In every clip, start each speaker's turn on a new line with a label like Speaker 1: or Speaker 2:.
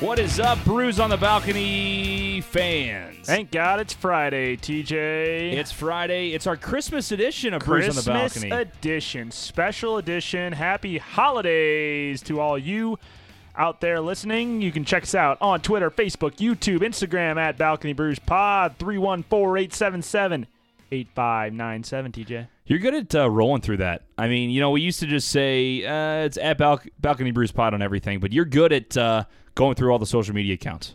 Speaker 1: What is up, Brews on the Balcony fans?
Speaker 2: Thank God it's Friday, TJ.
Speaker 1: It's Friday. It's our Christmas edition of Brews on the
Speaker 2: Christmas
Speaker 1: Balcony.
Speaker 2: edition, special edition. Happy holidays to all you out there listening. You can check us out on Twitter, Facebook, YouTube, Instagram at Balcony Brews Pod 314-877-8597 TJ.
Speaker 1: You're good at uh, rolling through that. I mean, you know, we used to just say uh, it's at Bal- Balcony Brews Pod on everything, but you're good at uh, going through all the social media accounts.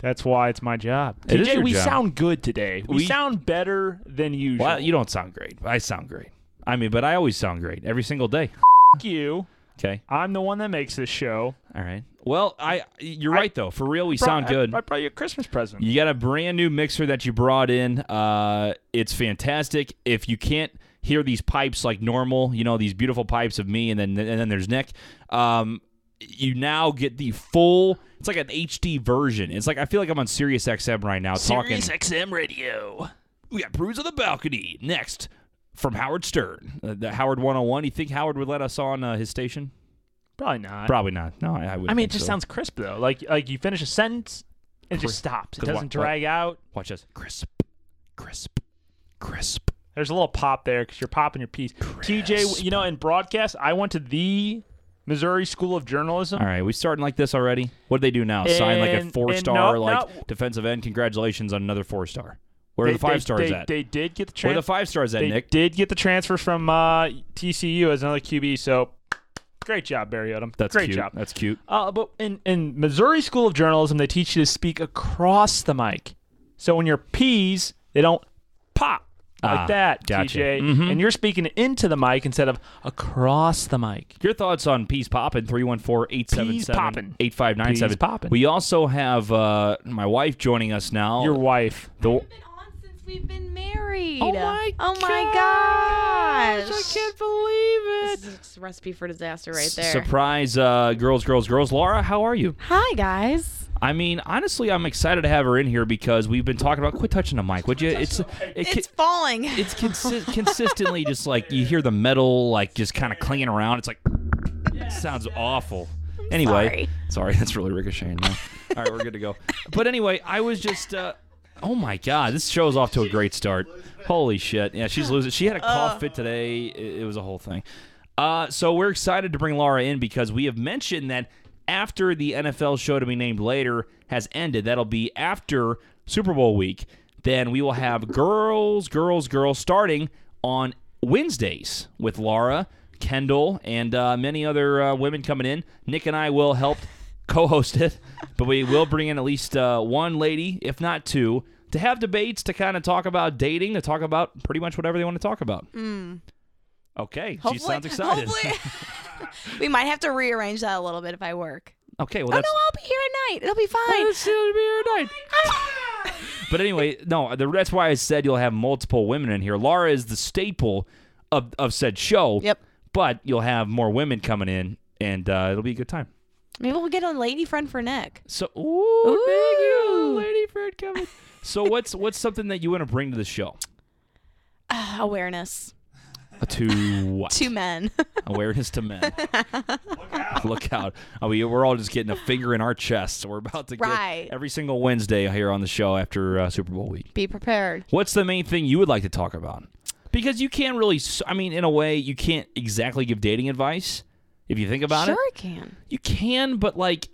Speaker 2: That's why it's my job.
Speaker 1: It is
Speaker 2: TJ,
Speaker 1: your
Speaker 2: we
Speaker 1: job.
Speaker 2: sound good today. We,
Speaker 1: We-
Speaker 2: sound better than usual.
Speaker 1: Well, you don't sound great. I sound great. I mean, but I always sound great every single day.
Speaker 2: F- you.
Speaker 1: Okay.
Speaker 2: I'm the one that makes this show.
Speaker 1: All right. Well, I you're right though. For real, we sound
Speaker 2: Bro- I-
Speaker 1: good.
Speaker 2: I, brought you a Christmas present.
Speaker 1: You got a brand new mixer that you brought in. Uh, it's fantastic. If you can't hear these pipes like normal, you know these beautiful pipes of me, and then and then there's Nick. Um, you now get the full. It's like an HD version. It's like I feel like I'm on Sirius XM right now talking.
Speaker 2: XM Radio.
Speaker 1: We got Brews on the Balcony next from Howard Stern, uh, the Howard 101. You think Howard would let us on uh, his station?
Speaker 2: Probably not.
Speaker 1: Probably not. No, I, I would.
Speaker 2: I mean, it just sounds crisp though. Like like you finish a sentence, it
Speaker 1: Crisp.
Speaker 2: just stops. It
Speaker 1: Good
Speaker 2: doesn't
Speaker 1: one.
Speaker 2: drag out.
Speaker 1: Watch this. Crisp, crisp, crisp.
Speaker 2: There's a little pop there because you're popping your piece. TJ, you know, in broadcast, I went to the Missouri School of Journalism.
Speaker 1: All right, we starting like this already. What do they do now? Sign like a
Speaker 2: And-
Speaker 1: four
Speaker 2: and
Speaker 1: star,
Speaker 2: no,
Speaker 1: like
Speaker 2: no.
Speaker 1: defensive end. Congratulations on another four star. Where are
Speaker 2: They-
Speaker 1: the five
Speaker 2: they-
Speaker 1: stars
Speaker 2: they-
Speaker 1: at?
Speaker 2: They did get the
Speaker 1: Where are the
Speaker 2: transfer.
Speaker 1: five stars at,
Speaker 2: They
Speaker 1: Nick?
Speaker 2: did get the transfer from uh, TCU as another QB. So great job, Barry Odom.
Speaker 1: That's
Speaker 2: great
Speaker 1: cute.
Speaker 2: job.
Speaker 1: That's cute.
Speaker 2: Uh, but in, in Missouri School of Journalism, they teach you to speak across the mic. So when your P's, they don't pop like
Speaker 1: Ah,
Speaker 2: that,
Speaker 1: gotcha.
Speaker 2: TJ. And you're speaking into the mic instead of across the mic.
Speaker 1: Your thoughts on Peace Poppin', 314 877
Speaker 2: Peas
Speaker 1: 8597.
Speaker 2: poppin'.
Speaker 1: We also have uh, my wife joining us now.
Speaker 2: Your wife.
Speaker 1: The-
Speaker 3: been on since we've been married.
Speaker 1: Oh my
Speaker 3: Oh my
Speaker 1: gosh,
Speaker 3: gosh.
Speaker 1: I can't believe
Speaker 3: This
Speaker 1: it.
Speaker 3: is just a recipe for disaster right
Speaker 1: S-
Speaker 3: there.
Speaker 1: Surprise, uh, girls, girls, girls. Laura, how are you?
Speaker 3: Hi guys.
Speaker 1: I mean, honestly, I'm excited to have her in here because we've been talking about. Quit touching the mic, would you? It's it,
Speaker 3: It's falling.
Speaker 1: it's consi- consistently just like you hear the metal like just kind of clinging around. It's like it sounds awful. Anyway,
Speaker 3: sorry.
Speaker 1: sorry, that's really ricocheting. Now. All right, we're good to go. But anyway, I was just. Uh, Oh my God! This show's off to a great start. Holy shit! Yeah, she's losing. She had a cough fit today. It, it was a whole thing. Uh, so we're excited to bring Laura in because we have mentioned that after the NFL show to be named later has ended, that'll be after Super Bowl week. Then we will have girls, girls, girls starting on Wednesdays with Laura, Kendall, and uh, many other uh, women coming in. Nick and I will help co-host it, but we will bring in at least uh, one lady, if not two, to have debates, to kind of talk about dating, to talk about pretty much whatever they want to talk about. Okay, she sounds excited.
Speaker 3: Mm. hopefully- we might have to rearrange that a little bit if I work.
Speaker 1: Okay, well
Speaker 3: Oh no,
Speaker 1: that's.
Speaker 3: I'll be here at night. It'll be fine.
Speaker 1: But anyway, no, the, that's why I said you'll have multiple women in here. Laura is the staple of, of said show.
Speaker 3: Yep.
Speaker 1: But you'll have more women coming in, and uh, it'll be a good time.
Speaker 3: Maybe we'll get a lady friend for Nick.
Speaker 1: So, ooh, thank you,
Speaker 3: Ooh.
Speaker 1: lady friend coming. so what's what's something that you want to bring to the show?
Speaker 3: Ah, awareness
Speaker 1: To what?
Speaker 3: to men.
Speaker 1: Awareness to men. Look out! Look out! I mean, we're all just getting a finger in our chest. We're about to get
Speaker 3: Right.
Speaker 1: every single Wednesday here on the show after uh, Super Bowl week.
Speaker 3: be prepared.
Speaker 1: What's the main thing you would like to talk about? Because you can't really, s- I mean, in a way, you can't exactly give dating advice if you think about
Speaker 3: sure
Speaker 1: it.
Speaker 3: I can.
Speaker 1: You can, but like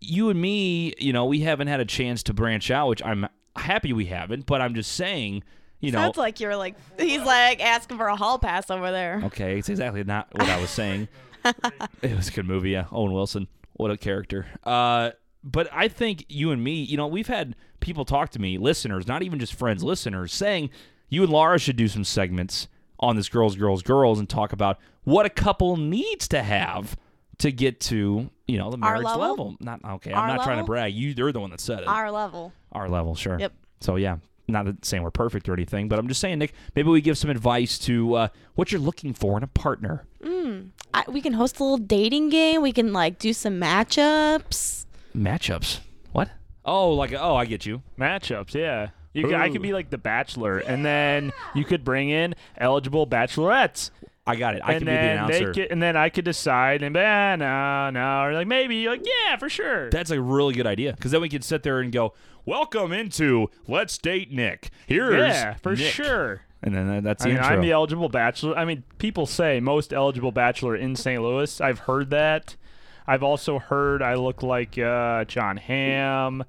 Speaker 1: you and me, you know, we haven't had a chance to branch out, which I'm happy we haven't, but I'm just saying, you know.
Speaker 3: Sounds like you're like he's like asking for a hall pass over there.
Speaker 1: okay, it's exactly not what I was saying. it was a good movie, yeah. Owen Wilson, what a character. Uh, but I think you and me, you know, we've had people talk to me, listeners, not even just friends, listeners, saying you and Laura should do some segments on this girls, girls, girls, and talk about what a couple needs to have to get to, you know, the marriage
Speaker 3: level?
Speaker 1: Not okay.
Speaker 3: Our
Speaker 1: I'm not trying to
Speaker 3: level?
Speaker 1: brag. You, you're the one that said it.
Speaker 3: Our level.
Speaker 1: Our level, sure.
Speaker 3: Yep.
Speaker 1: So yeah, not that saying we're perfect or anything, but I'm just saying, Nick, maybe we give some advice to uh, what you're looking for in a partner.
Speaker 3: I, we can host a little dating game. We can like do some matchups.
Speaker 1: Matchups. What? Oh, like oh, I get you.
Speaker 2: Matchups, yeah. You could, I
Speaker 1: Ooh.
Speaker 2: could be like the bachelor, and then you could bring in eligible bachelorettes.
Speaker 1: I got it. I can
Speaker 2: and
Speaker 1: be the
Speaker 2: then they
Speaker 1: announcer.
Speaker 2: could, and then I could decide and be, ah, no, no, or like maybe, You're like yeah, for sure.
Speaker 1: That's a really good idea because then we could sit there and go, "Welcome into Let's Date Nick." Here's
Speaker 2: yeah, for
Speaker 1: Nick."
Speaker 2: sure.
Speaker 1: And then that- that's
Speaker 2: I
Speaker 1: the
Speaker 2: mean,
Speaker 1: intro.
Speaker 2: I'm the eligible bachelor. I mean, people say most eligible bachelor in St. Louis. I've heard that. I've also heard I look like uh, John Hamm,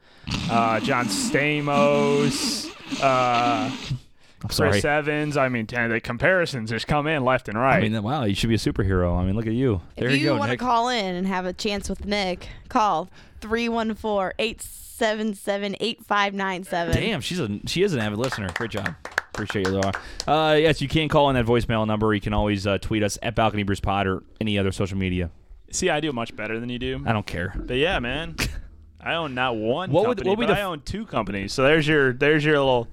Speaker 2: uh, John Stamos, uh,
Speaker 1: I'm
Speaker 2: Chris
Speaker 1: sorry.
Speaker 2: Evans. I mean, damn, the comparisons just come in left and right.
Speaker 1: I mean, wow, you should be a superhero. I mean, look at you. There
Speaker 3: if
Speaker 1: you,
Speaker 3: you,
Speaker 1: go,
Speaker 3: want to
Speaker 1: Nick.
Speaker 3: call in and have a chance with Nick, call 314-877-8597.
Speaker 1: Damn, she's a she is an avid listener. Great job. Appreciate you, Laura. Uh, yes, you can call on that voicemail number. You can always uh, tweet us at Balcony Bruce Pod or any other social media.
Speaker 2: See, I do much better than you do.
Speaker 1: I don't care.
Speaker 2: But yeah, man, I own not one
Speaker 1: What would-
Speaker 2: company,
Speaker 1: what would
Speaker 2: but
Speaker 1: the-
Speaker 2: I own two companies. So there's your there's your little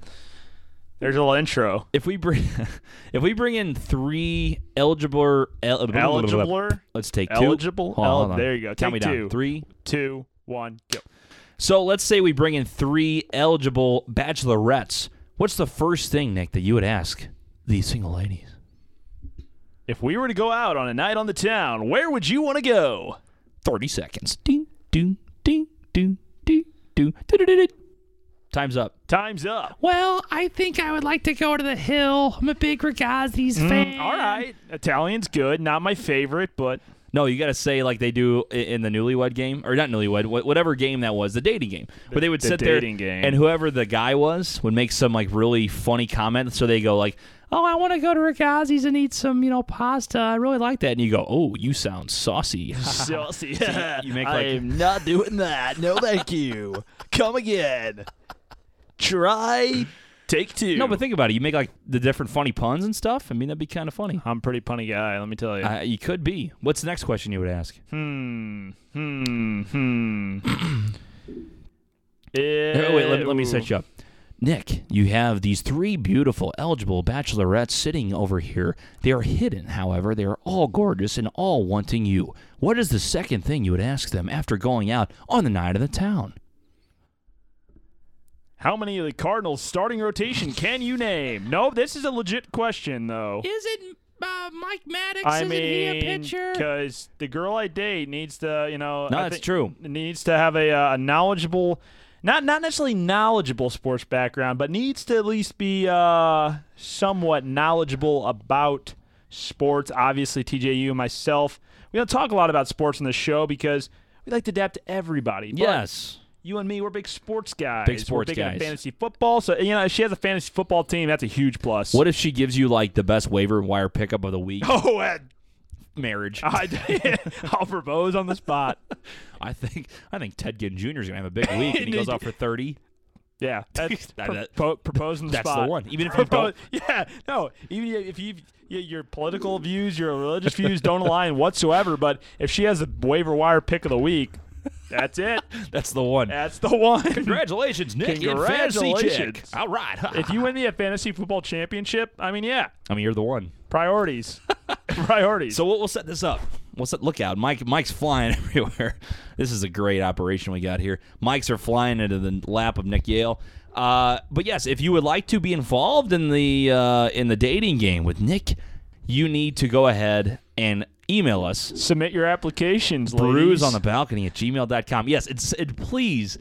Speaker 2: there's your little intro.
Speaker 1: If we bring if we bring in three eligible el-
Speaker 2: Eligible,
Speaker 1: let's take two.
Speaker 2: Eligible?
Speaker 1: Hold on,
Speaker 2: El-
Speaker 1: hold on.
Speaker 2: there you go.
Speaker 1: Count
Speaker 2: Take
Speaker 1: me down.
Speaker 2: two.
Speaker 1: Three,
Speaker 2: two, one, go.
Speaker 1: So let's say we bring in three eligible bachelorettes. What's the first thing, Nick, that you would ask these single ladies?
Speaker 2: If we were to go out on a night on the town, where would you want to go?
Speaker 1: 30 seconds. Ding, ding, ding, ding, ding, ding, ding, ding, ding. Time's up.
Speaker 2: Time's up.
Speaker 1: Well, I think I would like to go to the hill. I'm a big Ragazzi's fan.
Speaker 2: All right, Italian's good. Not my favorite, but
Speaker 1: No, you got to say like they do i- in the newlywed game, or not newlywed, wh- whatever game that was, the dating game, where they would
Speaker 2: the
Speaker 1: sit there
Speaker 2: dating game.
Speaker 1: and whoever the guy was would make some like really funny comment. So they go like, "Oh, I want to go to Ragazzi's and eat some, you know, pasta. I really like that." And you go, "Oh, you sound saucy."
Speaker 2: saucy.
Speaker 1: you make like-
Speaker 2: am not doing that. No, thank you. Come again. Try. Take two.
Speaker 1: no, but think about it. You make like the different funny puns and stuff. I mean, that'd be kind of funny.
Speaker 2: I'm a pretty punny guy. Let me tell you.
Speaker 1: Uh, you could be. What's the next question you would ask?
Speaker 2: Hmm. Hmm. Hmm.
Speaker 1: Hey, wait, let, let me set you up. Nick, you have these three beautiful, eligible bachelorettes sitting over here. They are hidden, however. They are all gorgeous and all wanting you. What is the second thing you would ask them after going out on the night of the town?
Speaker 2: How many of the Cardinals' starting rotation can you name? No, this is a legit question, though.
Speaker 1: Is it uh, Mike Maddox?
Speaker 2: I mean, because the girl I date needs to, you know,
Speaker 1: No,
Speaker 2: I
Speaker 1: it's
Speaker 2: think-
Speaker 1: true.
Speaker 2: Needs to have a, uh, a knowledgeable, not not necessarily knowledgeable sports background, but needs to at least be uh, somewhat knowledgeable about sports. Obviously, TJU and myself, we don't talk a lot about sports on the show because we like to adapt to everybody. But
Speaker 1: Yes.
Speaker 2: you and me, we're big sports guys.
Speaker 1: sports
Speaker 2: we're big into
Speaker 1: guys.
Speaker 2: fantasy football, so you know if she has a fantasy football team. That's a huge plus.
Speaker 1: What if she gives you like the best waiver wire pickup of the week?
Speaker 2: Oh, Ed.
Speaker 1: Marriage.
Speaker 2: I, I'll propose on the spot.
Speaker 1: I think I think Ted Ginn Jr. is gonna have a big week, and he goes out for thirty.
Speaker 2: Yeah, that's
Speaker 1: That-
Speaker 2: pro-
Speaker 1: that-
Speaker 2: po- propose on the
Speaker 1: that's the
Speaker 2: spot.
Speaker 1: one. Even if you
Speaker 2: Propose- yeah, no. Even if you y- your political views, your religious views don't align whatsoever, but if she has a waiver wire pick of the week, that's it.
Speaker 1: That's the one.
Speaker 2: That's the one.
Speaker 1: Congratulations, Nick. In fantasy check.
Speaker 2: Congratulations.
Speaker 1: All right.
Speaker 2: if you win me a fantasy football championship, I mean, yeah,
Speaker 1: I mean, you're the one.
Speaker 2: priorities, priorities.
Speaker 1: So we'll, we'll set this up. We'll set. Look out, Mike. Mike's flying everywhere. This is a great operation we got here. Mikes are flying into the lap of Nick Yale. Uh, but yes, if you would like to be involved in the uh, in the dating game with Nick, you need to go ahead and email us
Speaker 2: submit your applications,
Speaker 1: brews
Speaker 2: ladies.
Speaker 1: on the balcony at gmail.com yes it's it, please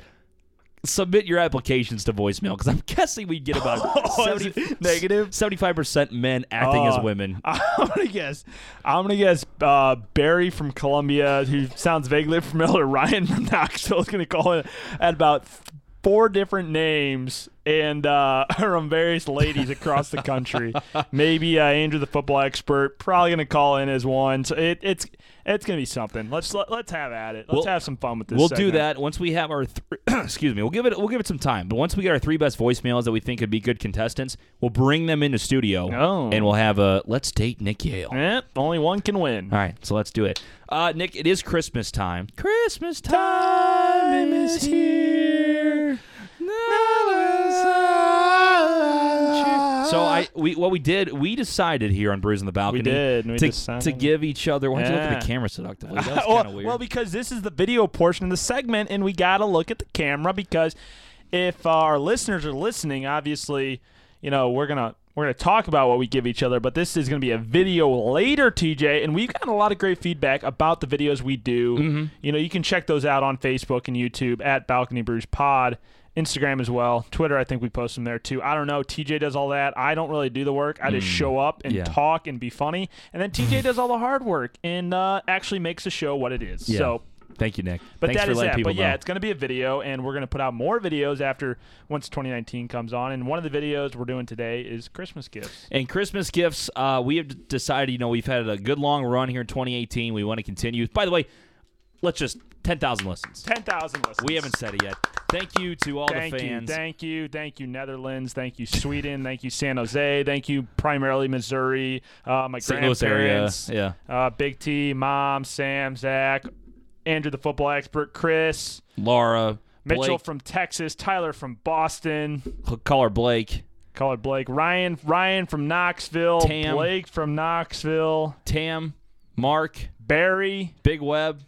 Speaker 1: submit your applications to voicemail because i'm guessing we get about
Speaker 2: Oh, is
Speaker 1: 70,
Speaker 2: it negative?
Speaker 1: 75% men acting as
Speaker 2: Uh,
Speaker 1: women
Speaker 2: I'm gonna guess. I'm gonna guess uh, Barry from Columbia, who sounds vaguely familiar. Ryan from Knoxville is gonna call it at about th- four different names and uh, from various ladies across the country. Maybe uh, Andrew, the football expert, probably gonna call in as one. So it, it's it's gonna be something. Let's let, let's have at it. Let's
Speaker 1: We'll-
Speaker 2: have some fun with this.
Speaker 1: we'll do
Speaker 2: segment.
Speaker 1: that once we have our th- excuse me we'll give it we'll give it some time but once we get our three best voicemails that we think could be good contestants we'll bring them into studio
Speaker 2: Oh.
Speaker 1: and we'll have a let's date nick yale
Speaker 2: Eh, only one can win.
Speaker 1: all right so let's do it uh, nick it is christmas time christmas time is here So I we what we did we decided here on Bruising the Balcony
Speaker 2: did, and we
Speaker 1: to,
Speaker 2: decided-
Speaker 1: to give each other. Why don't you look at the
Speaker 2: Yeah.
Speaker 1: camera seductively? That was
Speaker 2: well,
Speaker 1: kind of weird.
Speaker 2: well, because this is the video portion of the segment, and we got to look at the camera because if our listeners are listening, obviously, you know, we're going to. We're going to talk about what we give each other, but this is going to be a video later, TJ. And we've gotten a lot of great feedback about the videos we do. You know, you can check those out on Facebook and YouTube at Balcony Brews Pod, Instagram as well, Twitter. I think we post them there too. I don't know. TJ does all that. I don't really do the work. I just show up and
Speaker 1: Yeah.
Speaker 2: talk and be funny, and then TJ does all the hard work and uh, actually makes the show what it is.
Speaker 1: Yeah.
Speaker 2: So
Speaker 1: Thank you, Nick.
Speaker 2: but
Speaker 1: Thanks
Speaker 2: that
Speaker 1: for
Speaker 2: is
Speaker 1: letting
Speaker 2: that.
Speaker 1: people
Speaker 2: But yeah,
Speaker 1: know.
Speaker 2: it's going to be a video, and we're going to put out more videos after once 2019 comes on. And one of the videos we're doing today is Christmas gifts.
Speaker 1: And Christmas gifts, uh, we have decided, you know, we've had a good long run here in 2018. We want to continue. By the way, let's just 10,000 listens.
Speaker 2: 10,000 listens.
Speaker 1: We haven't said it yet. Thank you to all
Speaker 2: Thank
Speaker 1: the
Speaker 2: you,
Speaker 1: fans.
Speaker 2: thank you, thank you, Netherlands, thank you, Sweden, thank you, San Jose, thank you, primarily Missouri, uh, my
Speaker 1: St. Louis area.
Speaker 2: grandparents,
Speaker 1: Yeah.
Speaker 2: uh, Big T, Mom, Sam, Zach, Andrew, the football expert, Chris,
Speaker 1: Laura, Blake,
Speaker 2: Mitchell from Texas, Tyler from Boston,
Speaker 1: call her Blake,
Speaker 2: call it Blake, Ryan, Ryan from Knoxville,
Speaker 1: Tam.
Speaker 2: Blake from Knoxville,
Speaker 1: Tam, Mark,
Speaker 2: Barry,
Speaker 1: Big Web.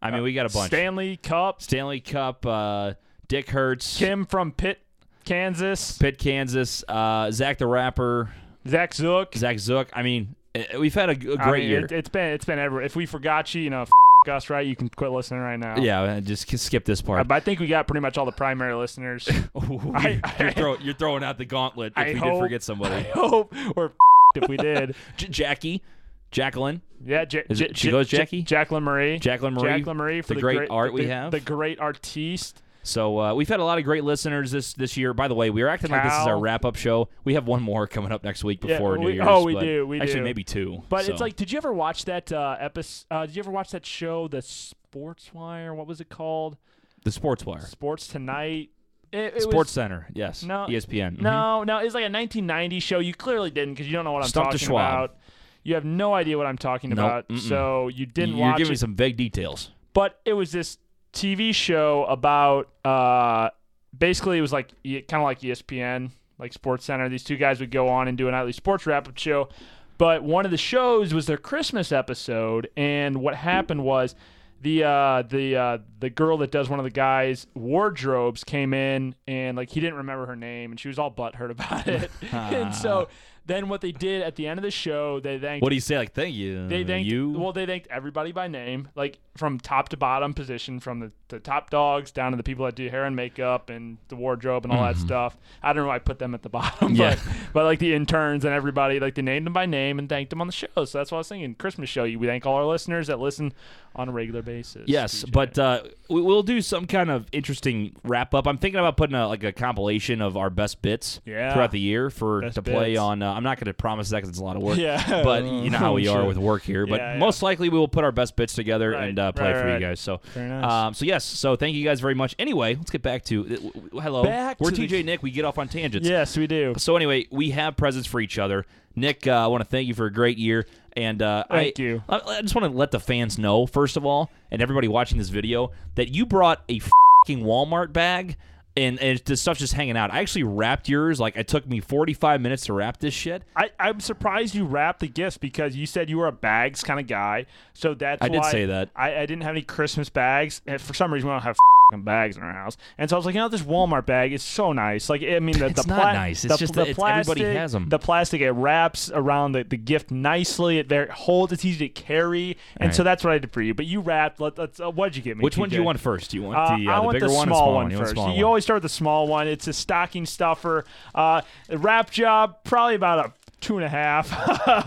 Speaker 1: I mean, we got a bunch.
Speaker 2: Stanley Cup,
Speaker 1: Stanley Cup, uh, Dick Hertz,
Speaker 2: Kim from Pitt, Kansas,
Speaker 1: Pitt, Kansas, uh, Zach the Rapper,
Speaker 2: Zach Zook.
Speaker 1: Zach Zook. I mean, eh, we've had a, g- a great
Speaker 2: I mean,
Speaker 1: year.
Speaker 2: It, has been it's been everywhere. If we forgot you, you know, f- us right. You can quit listening right now.
Speaker 1: yeah, just k- skip this
Speaker 2: Uh,
Speaker 1: part.
Speaker 2: But I think we got pretty much all the primary listeners. I-
Speaker 1: you're, throw, you're throwing out the gauntlet if
Speaker 2: I
Speaker 1: we did
Speaker 2: hope-
Speaker 1: forget somebody.
Speaker 2: Hope or if we did.
Speaker 1: J- Jackie, Jacqueline,
Speaker 2: Yeah, J-
Speaker 1: Is
Speaker 2: J-
Speaker 1: it- she
Speaker 2: J-
Speaker 1: goes
Speaker 2: J-
Speaker 1: Jackie?
Speaker 2: Jacqueline Marie,
Speaker 1: Jacqueline Marie,
Speaker 2: Jacqueline Marie for
Speaker 1: the
Speaker 2: the,
Speaker 1: great art we
Speaker 2: the-
Speaker 1: have.
Speaker 2: the great artiste.
Speaker 1: So uh, we've had a lot of great listeners this this year. By the way, we are acting like this is
Speaker 2: Cal.
Speaker 1: our wrap up show. We have one more coming up next week
Speaker 2: Yeah,
Speaker 1: before New
Speaker 2: we-
Speaker 1: Year's.
Speaker 2: oh, we
Speaker 1: but
Speaker 2: do, we
Speaker 1: actually
Speaker 2: do.
Speaker 1: maybe two.
Speaker 2: But it's
Speaker 1: so.
Speaker 2: like, did you ever watch that uh, episode? Uh, did you ever watch that show, The Sports Wire? What was it called?
Speaker 1: the Sports Wire,
Speaker 2: Sports Tonight. It, it
Speaker 1: Sports
Speaker 2: Was,
Speaker 1: Center. Yes,
Speaker 2: No,
Speaker 1: ESPN. mhm.
Speaker 2: No, no, it's like a 1990 show. You clearly didn't because you don't know what I'm
Speaker 1: Stump the
Speaker 2: talking
Speaker 1: Schwab.
Speaker 2: about. You have no idea what I'm talking
Speaker 1: Nope,
Speaker 2: about,
Speaker 1: mm-mm.
Speaker 2: so you didn't
Speaker 1: You're
Speaker 2: watch
Speaker 1: giving
Speaker 2: it.
Speaker 1: me some vague details.
Speaker 2: but it was this TV show about uh, basically it was like kind of like E ESPN, like Sports Center. These two guys would go on and do a nightly sports wrap-up show. But one of the shows was their Christmas episode, and what happened was the uh, the uh, the girl that does one of the guys' wardrobes came in, and like he didn't remember her name, and she was all butthurt about it. and so then what they did at the end of the show, they thanked
Speaker 1: What do you say? Like, thank you.
Speaker 2: they thanked
Speaker 1: Uh, you.
Speaker 2: well, they thanked everybody by name, like from top to bottom position, from the, the top dogs down to the people that do hair and makeup and the wardrobe and all that stuff. I don't know why I put them at the bottom,
Speaker 1: Mm-hmm. Yeah.
Speaker 2: but but like the interns and everybody, like they named them by name and thanked them on the show. So that's what I was thinking. Christmas show, you we thank all our listeners that listen on a regular basis.
Speaker 1: Yes,
Speaker 2: TJ.
Speaker 1: but uh, we, we'll do some kind of interesting wrap up. I'm thinking about putting a, like a compilation of our best bits
Speaker 2: Yeah.
Speaker 1: throughout the year for
Speaker 2: Best
Speaker 1: to play
Speaker 2: bits.
Speaker 1: on. Uh, I'm not going to promise that because it's a lot of work.
Speaker 2: Yeah.
Speaker 1: but you know how we are
Speaker 2: Sure.
Speaker 1: with work here. But
Speaker 2: Yeah, yeah.
Speaker 1: most likely we will put our best bits together
Speaker 2: Right,
Speaker 1: and uh, play
Speaker 2: right,
Speaker 1: for you
Speaker 2: right.
Speaker 1: guys. So,
Speaker 2: Very nice.
Speaker 1: um, so yes, so thank you guys very much. Anyway, let's get back to uh, w- w- hello.
Speaker 2: Back
Speaker 1: We're
Speaker 2: to the-
Speaker 1: TJ Nick. We get off on tangents.
Speaker 2: yes, we do.
Speaker 1: So anyway, we have presents for each other. Nick, uh, I want to thank you for a great year, and uh,
Speaker 2: Thank
Speaker 1: I,
Speaker 2: you.
Speaker 1: I, I just want to let the fans know, first of all, and everybody watching this video, that you brought a fing Walmart bag, and, and the stuff's just hanging out. I actually wrapped yours. Like it took me 45 minutes to wrap this shit.
Speaker 2: I, I'm surprised you wrapped the gifts because you said you were a bags kind of guy. So that's
Speaker 1: I did
Speaker 2: why
Speaker 1: say that.
Speaker 2: I, I didn't have any Christmas bags. And for some reason, we don't have fing bags in our house. And so I was like, you know, this Walmart bag is so nice. Like, I mean, the,
Speaker 1: It's
Speaker 2: the
Speaker 1: not
Speaker 2: pla-
Speaker 1: nice. It's
Speaker 2: the,
Speaker 1: just
Speaker 2: the
Speaker 1: that it's-
Speaker 2: plastic,
Speaker 1: everybody has 'em.
Speaker 2: The plastic, it wraps around the, the gift nicely. It very, holds. It's easy to carry. And
Speaker 1: Right.
Speaker 2: so that's what I did for you. But you wrapped. Let, let's, uh, what'd you get me?
Speaker 1: Which one do you
Speaker 2: TJ?
Speaker 1: want first? Do you want
Speaker 2: Uh,
Speaker 1: the,
Speaker 2: I
Speaker 1: uh, the
Speaker 2: want
Speaker 1: bigger
Speaker 2: the
Speaker 1: one, or
Speaker 2: small
Speaker 1: smaller
Speaker 2: one
Speaker 1: one You want the
Speaker 2: first.
Speaker 1: smaller
Speaker 2: you
Speaker 1: one?
Speaker 2: always start with the small one. It's a stocking stuffer. Uh, wrap job, probably about a two and a half.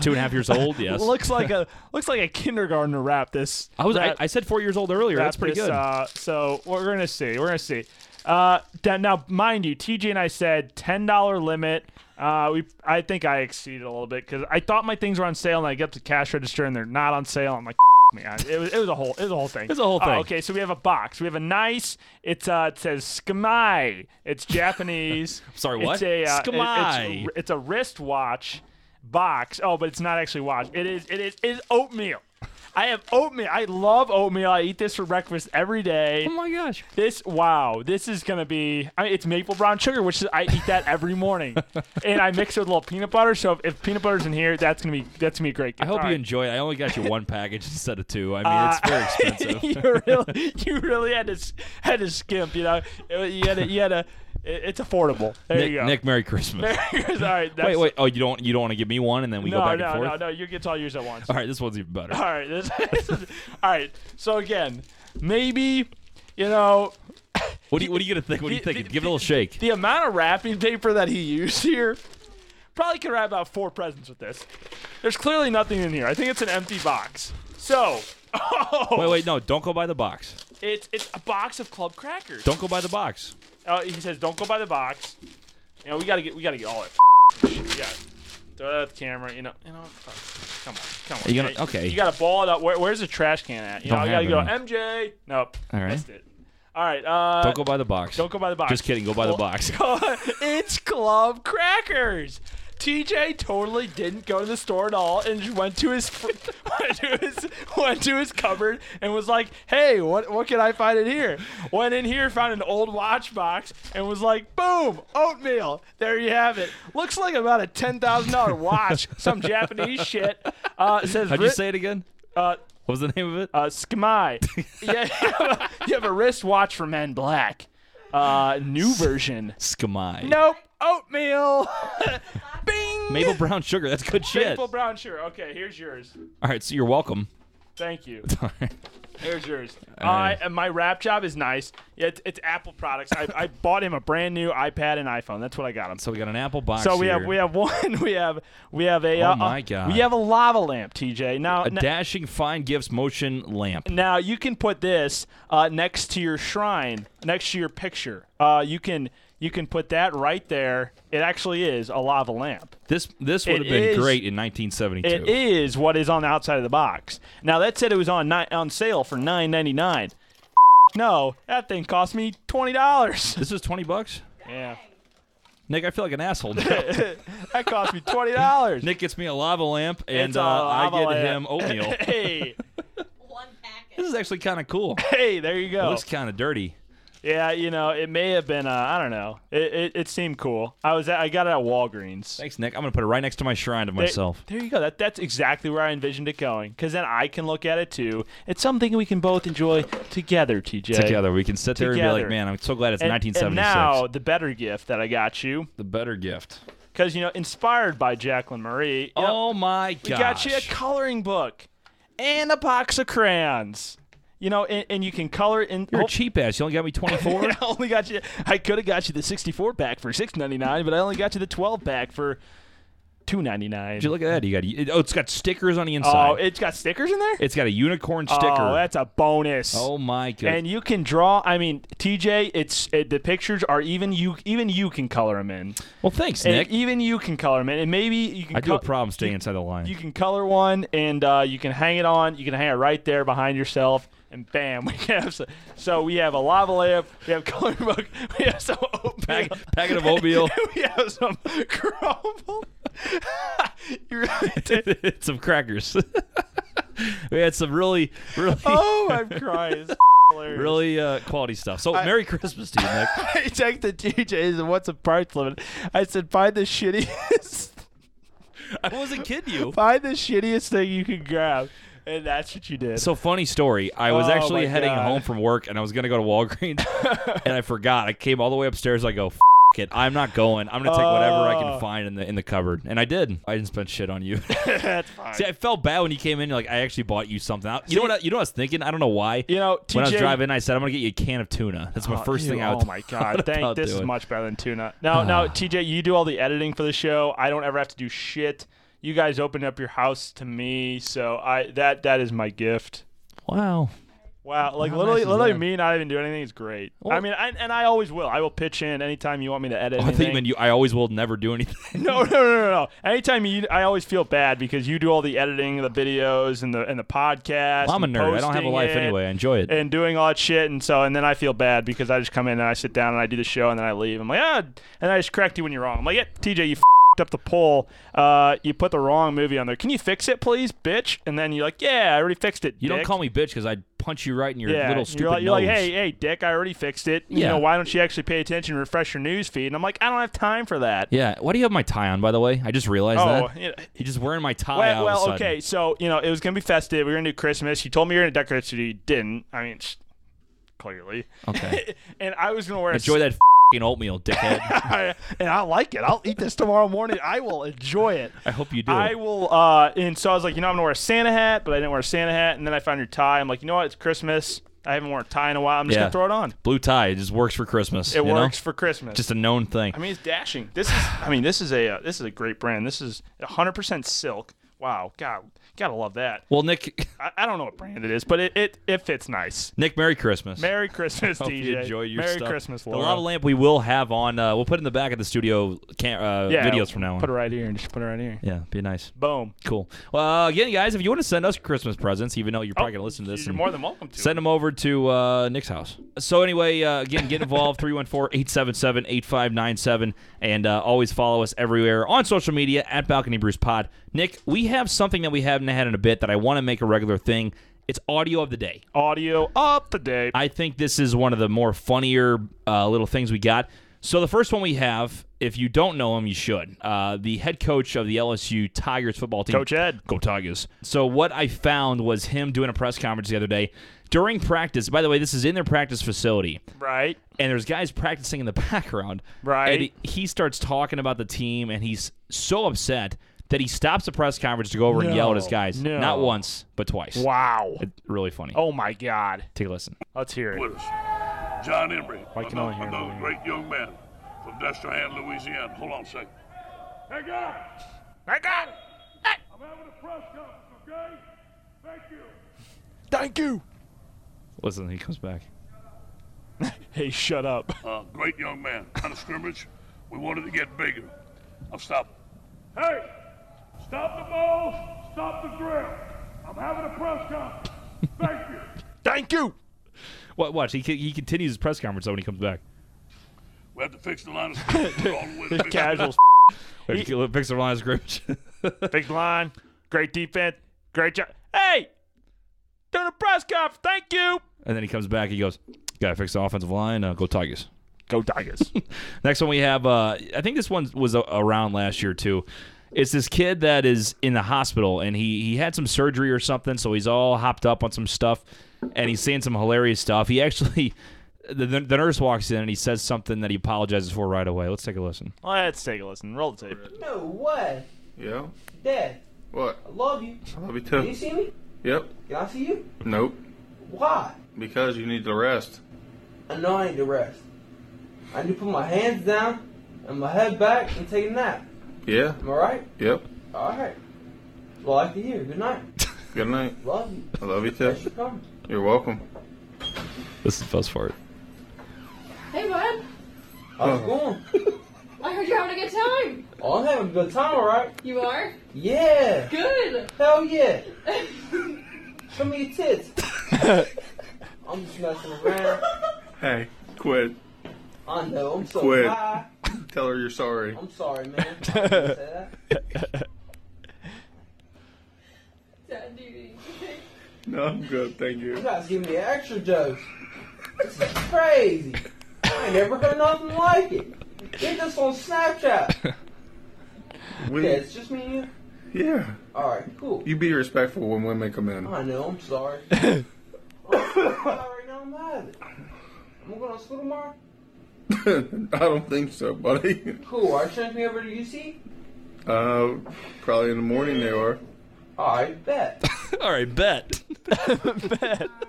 Speaker 1: Two and a half years old. Yes.
Speaker 2: looks like a looks like a kindergartner wrap this.
Speaker 1: I was. I,
Speaker 2: wrap-
Speaker 1: I said four years old earlier.
Speaker 2: wrap
Speaker 1: That's pretty
Speaker 2: this,
Speaker 1: good.
Speaker 2: Uh, so we're gonna see. We're gonna see. Uh, that, now, mind you, TJ and I said ten dollar limit. Uh, we I think I exceeded a little bit because I thought my things were on sale and I get up to cash register and they're not on sale. I'm like. Man, it was, it was a whole it was a whole thing. It
Speaker 1: was a whole thing.
Speaker 2: okay, so we have a box. We have a nice. It's uh, it says Skamai. It's Japanese.
Speaker 1: Sorry,
Speaker 2: It's
Speaker 1: what?
Speaker 2: a uh, it-
Speaker 1: Skamai.
Speaker 2: it's, it's a wristwatch box. Oh, but it's not actually watch. It is it is it is oatmeal. I have oatmeal. I love oatmeal. I eat this for breakfast every day.
Speaker 1: Oh my gosh.
Speaker 2: This wow, this is gonna be. I mean, it's maple brown sugar, which is I eat that every morning, and I mix it with a little peanut butter. So if, if peanut butter's in here, that's gonna be that's gonna be a great.
Speaker 1: I hope you
Speaker 2: enjoy.
Speaker 1: enjoy it. I only got you one package instead of two. I
Speaker 2: Uh,
Speaker 1: mean, it's very expensive.
Speaker 2: you really, you really had to s- had to skimp. You know, It- you had to, you had to. it- It's affordable. There
Speaker 1: Nick,
Speaker 2: you go.
Speaker 1: Nick, Merry Christmas.
Speaker 2: All right. That's,
Speaker 1: wait, wait. Oh, you don't you don't want to give me one and then we
Speaker 2: No,
Speaker 1: go back
Speaker 2: no,
Speaker 1: and forth?
Speaker 2: no, no. You get to all yours at once.
Speaker 1: All right, this one's even better.
Speaker 2: All right. This, all right. So again, maybe you know
Speaker 1: What do you what are you gonna think? What are you
Speaker 2: The-
Speaker 1: thinking?
Speaker 2: the-
Speaker 1: Give it a little shake.
Speaker 2: the amount of wrapping paper that he used here. Probably could wrap about four presents with this. There's clearly nothing in here. I think it's an empty box. So, oh,
Speaker 1: Wait, wait, no, don't go by the box.
Speaker 2: it's it's a box of club crackers.
Speaker 1: Don't go by the box.
Speaker 2: Uh, he says, "Don't go by the box." You know, we gotta get, we gotta get all that. shit. Yeah, throw that at the camera. You know, you know. fuck. Come on, come on.
Speaker 1: You gonna-
Speaker 2: Hey,
Speaker 1: okay.
Speaker 2: You gotta ball it up. Where, where's the trash can at? You know,
Speaker 1: Don't
Speaker 2: I gotta go.
Speaker 1: have
Speaker 2: MJ. Nope.
Speaker 1: All right.
Speaker 2: Missed it. All right. Uh,
Speaker 1: Don't go by the box.
Speaker 2: don't go by the box.
Speaker 1: Just kidding, go by the
Speaker 2: Well,
Speaker 1: box.
Speaker 2: it's club crackers. TJ totally didn't go to the store at all and just went to his went to his went to his cupboard and was like, "Hey, what what can I find in here?" Went in here, found an old watch box, and was like, "Boom, oatmeal. There you have it. Looks like about a ten thousand dollar watch, some Japanese shit." Uh, it says,
Speaker 1: How'd you
Speaker 2: writ-
Speaker 1: say it again?
Speaker 2: Uh,
Speaker 1: What was the name of it?
Speaker 2: uh, Skamai. yeah, you have, a, you have a wristwatch for Men Black. Uh, new version.
Speaker 1: Skamai.
Speaker 2: Nope. Oatmeal. Bing.
Speaker 1: Maple brown sugar. That's good shit.
Speaker 2: Maple brown sugar. Okay, here's yours.
Speaker 1: All right, so you're welcome.
Speaker 2: Thank you.
Speaker 1: All right.
Speaker 2: Here's yours. I
Speaker 1: right.
Speaker 2: and my wrap job is nice. Yeah, it's, it's Apple products. I, I bought him a brand new iPad and iPhone. That's what I got him.
Speaker 1: So we got an apple box.
Speaker 2: So we
Speaker 1: here,
Speaker 2: have we have one. We have we have a.
Speaker 1: Oh
Speaker 2: uh,
Speaker 1: my
Speaker 2: uh,
Speaker 1: God.
Speaker 2: We have a lava lamp, TJ. Now
Speaker 1: a
Speaker 2: n-
Speaker 1: dashing fine gifts motion lamp.
Speaker 2: Now you can put this uh, next to your shrine, next to your picture. Uh, you can you can put that right there. It actually is a lava lamp.
Speaker 1: This this would
Speaker 2: It
Speaker 1: have been
Speaker 2: is-
Speaker 1: great in 1972.
Speaker 2: It is what is on the outside of the box. Now that said, it was on ni- on sale for nine ninety nine. No, that thing cost me twenty dollars.
Speaker 1: This is 20 bucks.
Speaker 2: Yeah,
Speaker 1: Nick, I feel like an asshole. now.
Speaker 2: that cost me twenty dollars.
Speaker 1: Nick gets me a lava lamp, and
Speaker 2: It's a
Speaker 1: uh, I
Speaker 2: lava
Speaker 1: get
Speaker 2: lamp.
Speaker 1: him oatmeal.
Speaker 2: Hey,
Speaker 3: One packet.
Speaker 1: this is actually kind of cool.
Speaker 2: hey, there you
Speaker 1: It
Speaker 2: go.
Speaker 1: looks kind of dirty.
Speaker 2: Yeah, you know, it may have been. Uh, I don't know. It, it it seemed cool. I was at, I got it at Walgreens.
Speaker 1: Thanks, Nick. I'm gonna put it right next to my shrine to
Speaker 2: There-
Speaker 1: myself.
Speaker 2: There, you go. That that's exactly where I envisioned it going. Because then I can look at it too. It's something we can both enjoy together, TJ.
Speaker 1: Together, we can sit there and be like,
Speaker 2: Together.
Speaker 1: "Man, I'm so glad it's
Speaker 2: And,
Speaker 1: 1976."
Speaker 2: and now the better gift that I got you,
Speaker 1: the better gift.
Speaker 2: because you know, inspired by Jacqueline Marie. you know,
Speaker 1: Oh my
Speaker 2: we
Speaker 1: gosh!
Speaker 2: got you a coloring book and a box of crayons. You know, and, and you can color in.
Speaker 1: You're a
Speaker 2: hope-
Speaker 1: cheap ass. You only got me 24.
Speaker 2: I only got you. I could have got you the 64 pack for 6.99, but I only got you the 12 pack for 2.99.
Speaker 1: Did you look at that? You got it- oh, it's got stickers on the inside.
Speaker 2: oh, it's got stickers in there.
Speaker 1: it's got a unicorn sticker.
Speaker 2: Oh, that's a bonus.
Speaker 1: Oh my god!
Speaker 2: And you can draw. I mean, TJ, it's it, the pictures are even you. Even you can color them in.
Speaker 1: well, thanks,
Speaker 2: And
Speaker 1: Nick.
Speaker 2: even you can color them in, and maybe you can.
Speaker 1: I do
Speaker 2: col-
Speaker 1: have a problem staying inside the line.
Speaker 2: You can color one, and uh, you can hang it on. You can hang it right there behind yourself, and bam, we have so, so we have a lava lamp, we have color book, we have some oatmeal,
Speaker 1: Pack- packet of oatmeal.
Speaker 2: we have some crumble. you really did.
Speaker 1: some crackers. we had some really, really,
Speaker 2: Oh, I'm crying. It's hilarious.
Speaker 1: really uh, quality stuff. So, Merry Christmas to you, Nick.
Speaker 2: I texted TJ's and what's a price limit. I said, find the shittiest,
Speaker 1: I wasn't kidding you.
Speaker 2: find the shittiest thing you can grab, and that's what you did.
Speaker 1: So funny story. I was
Speaker 2: Oh,
Speaker 1: actually
Speaker 2: my
Speaker 1: heading
Speaker 2: God.
Speaker 1: home from work, and I was gonna go to Walgreens, and I forgot. I came all the way upstairs. I go, F- it, I'm not going. I'm gonna take whatever I can
Speaker 2: Oh.
Speaker 1: find in the in the cupboard, and I did. I didn't spend shit on you.
Speaker 2: that's fine.
Speaker 1: See, I felt bad when you came in. You're like, I actually bought you something. I- you know what? I, you know what I was thinking. I don't know why.
Speaker 2: you know, TJ.
Speaker 1: when I was driving, I said I'm gonna get you a can of tuna. That's my
Speaker 2: Oh,
Speaker 1: first thing
Speaker 2: ew,
Speaker 1: I would.
Speaker 2: Oh my god! Thank.
Speaker 1: about
Speaker 2: This is
Speaker 1: doing.
Speaker 2: much better than tuna. No, no, TJ, you do all the editing for the show. I don't ever have to do shit. You guys opened up your house to me, so I that that is my gift.
Speaker 1: Wow.
Speaker 2: Wow, like
Speaker 1: How
Speaker 2: literally,
Speaker 1: nice is
Speaker 2: literally
Speaker 1: that?
Speaker 2: me not even doing anything is great. I
Speaker 1: Well- Oh,
Speaker 2: mean, I, and I always will. I will pitch in anytime you want me to edit.
Speaker 1: I think
Speaker 2: anything.
Speaker 1: man, you. I always will never do anything.
Speaker 2: No, no, no, no, no. Anytime you, I always feel bad because you do all the editing, the videos, and the and the podcast.
Speaker 1: I'm a
Speaker 2: and
Speaker 1: nerd. I don't have a
Speaker 2: posting
Speaker 1: life
Speaker 2: it,
Speaker 1: anyway. I enjoy it.
Speaker 2: And doing all that shit, and so and then I feel bad because I just come in and I sit down and I do the show and then I leave. I'm like, ah, and I just correct you when you're wrong. I'm like, yeah, TJ, you f- fucked up the poll. Uh, you put the wrong movie on there. Can you fix it, please, bitch? And then you're like, yeah, I already fixed it.
Speaker 1: You
Speaker 2: dick.
Speaker 1: don't call me bitch because I'd punch you right in your
Speaker 2: yeah,
Speaker 1: little stupid
Speaker 2: you're like, you're
Speaker 1: nose.
Speaker 2: like, hey, hey, Dick, I already fixed it. You
Speaker 1: Yeah.
Speaker 2: know, why don't you actually pay attention and refresh your news feed? And I'm like, I don't have time for that.
Speaker 1: Yeah, why do you have my tie on, by the way? I just realized
Speaker 2: Oh,
Speaker 1: that.
Speaker 2: you know,
Speaker 1: He's just wearing my tie all
Speaker 2: well,
Speaker 1: of a
Speaker 2: well
Speaker 1: sudden.
Speaker 2: okay. So you know, it was gonna be festive. We are gonna do Christmas. You told me you were gonna decorate, so you didn't. I mean, it's- clearly.
Speaker 1: Okay.
Speaker 2: and I was gonna wear.
Speaker 1: Enjoy that f***ing oatmeal, dickhead.
Speaker 2: that. and I like it. I'll eat this tomorrow morning. I will enjoy it.
Speaker 1: I hope you do.
Speaker 2: I will. Uh, and so I was like, you know, I'm gonna wear a Santa hat, but I didn't wear a Santa hat. And then I found your tie. I'm like, you know what? It's Christmas. I haven't worn a tie in a while. I'm just
Speaker 1: Yeah.
Speaker 2: gonna throw it on.
Speaker 1: Blue tie, it just works for Christmas.
Speaker 2: It
Speaker 1: you know?
Speaker 2: works for Christmas.
Speaker 1: Just a known thing.
Speaker 2: I mean, it's dashing. This is. I mean, this is a. Uh, this is a great brand. This is 100% silk. Wow. God. Gotta love that.
Speaker 1: well, Nick,
Speaker 2: I, I don't know what brand it is, but it, it, it fits nice.
Speaker 1: Nick, Merry Christmas.
Speaker 2: Merry Christmas,
Speaker 1: Hope
Speaker 2: DJ.
Speaker 1: you enjoy your
Speaker 2: Merry
Speaker 1: stuff.
Speaker 2: Christmas,
Speaker 1: The
Speaker 2: Laura.
Speaker 1: lava lamp we will have on. Uh, we'll put it in the back of the studio cam- uh,
Speaker 2: yeah,
Speaker 1: videos from now on.
Speaker 2: Put it right here and just put it right here.
Speaker 1: yeah, be nice.
Speaker 2: Boom.
Speaker 1: Cool. Well, uh, again, guys, if you want to send us Christmas presents, even though Oh, you're probably gonna listen to this,
Speaker 2: You're
Speaker 1: and-
Speaker 2: Oh, more than welcome to.
Speaker 1: Send them over to uh, Nick's house. So, anyway, uh, again, get involved 314 877 8597. And uh, always follow us everywhere on social media at Balcony Bruce Pod. Nick, we have something that we haven't had in a bit that I want to make a regular thing. It's audio of the day.
Speaker 2: Audio up the day.
Speaker 1: I think this is one of the more funnier uh, little things we got. So the first one we have, if you don't know him, you should. Uh, the head coach of the LSU Tigers football team,
Speaker 2: Coach Ed.
Speaker 1: Go Tigers. So what I found was him doing a press conference the other day during practice. By the way, this is in their practice facility,
Speaker 2: right.
Speaker 1: and there's guys practicing in the background.
Speaker 2: Right.
Speaker 1: And he starts talking about the team, and he's so upset that he stops the press conference to go over and yell at his
Speaker 2: No.
Speaker 1: guys.
Speaker 2: No.
Speaker 1: Not once, but twice.
Speaker 2: Wow.
Speaker 1: Really funny.
Speaker 2: Oh my God.
Speaker 1: Take a listen.
Speaker 2: Let's hear it.
Speaker 4: with us. John Embry,
Speaker 2: can only hear
Speaker 4: another,
Speaker 2: him
Speaker 4: another
Speaker 2: on
Speaker 4: great young man from Destrehan, Louisiana. Hold on a second. Hey, guys,
Speaker 2: My God.
Speaker 4: I'm having a press conference, okay? Thank you.
Speaker 2: Thank you.
Speaker 1: Listen, he comes back.
Speaker 2: Hey, shut up.
Speaker 4: Uh, great young man. On a scrimmage, we wanted to get bigger. I'm stopping. Hey, stop the balls, stop the drill. I'm having a press conference. Thank you.
Speaker 2: Thank you.
Speaker 1: Wa- Watch, he, he continues his press conference though when he comes back.
Speaker 4: We have to fix the line of scrimmage all the way to the
Speaker 2: Casuals.
Speaker 1: He, picks the line of scrimmage.
Speaker 2: Big line. Great defense. Great job. Hey. Doing a press conference. Thank you.
Speaker 1: and then he comes back. He goes, "Gotta fix the offensive line. Uh, go Tigers."
Speaker 2: Go Tigers.
Speaker 1: Next one we have. Uh, I think this one was a- around last year too. It's this kid that is in the hospital and he he had some surgery or something, so he's all hopped up on some stuff, and he's saying some hilarious stuff. He actually. The, the the nurse walks in and he says something that he apologizes for right away. Let's take a listen.
Speaker 2: Let's take a listen. Roll the tape.
Speaker 5: No, what?
Speaker 6: Yeah.
Speaker 5: Dad,
Speaker 6: What?
Speaker 5: I love you.
Speaker 6: I love you
Speaker 5: Do you
Speaker 6: too.
Speaker 5: see me?
Speaker 6: Yep.
Speaker 5: Can I see you?
Speaker 6: Nope.
Speaker 5: Why?
Speaker 6: Because you need to rest.
Speaker 5: I know I need to rest. I need to put my hands down and my head back and take a nap.
Speaker 6: Yeah.
Speaker 5: Am I right?
Speaker 6: Yep.
Speaker 5: All right. Well, I like to hear. Good night.
Speaker 6: Good night.
Speaker 5: Love you.
Speaker 6: I love you too.
Speaker 5: Thanks for coming.
Speaker 6: You're welcome.
Speaker 1: This is the best part.
Speaker 7: Hey, bud.
Speaker 5: How's it going?
Speaker 7: I heard you're having a good time.
Speaker 5: Oh, I'm having a good time, all right?
Speaker 7: You are?
Speaker 5: Yeah.
Speaker 7: Good.
Speaker 5: Hell yeah. Show me your tits. I'm just messing around.
Speaker 6: Hey, quit.
Speaker 5: I know. I'm so
Speaker 6: Quit.
Speaker 5: high.
Speaker 6: Tell her you're sorry.
Speaker 5: I'm sorry, man. I shouldn't have said that.
Speaker 7: Dad, do you need anything?
Speaker 6: No, I'm good. Thank
Speaker 5: You
Speaker 6: you.
Speaker 5: guys give me an extra dose. This is crazy. I ain't never heard nothing like it. Get this on Snapchat.
Speaker 6: We,
Speaker 5: Okay, it's just me and you.
Speaker 6: yeah.
Speaker 5: Alright, cool.
Speaker 6: You be respectful when women come in.
Speaker 5: I know, I'm sorry. Oh, I'm sorry right now, I'm mad. I'm going to school tomorrow.
Speaker 6: I don't think so, buddy.
Speaker 5: Cool, are you sending me over to UC?
Speaker 6: Uh, probably in the morning they are.
Speaker 5: Alright, bet.
Speaker 1: All right, bet.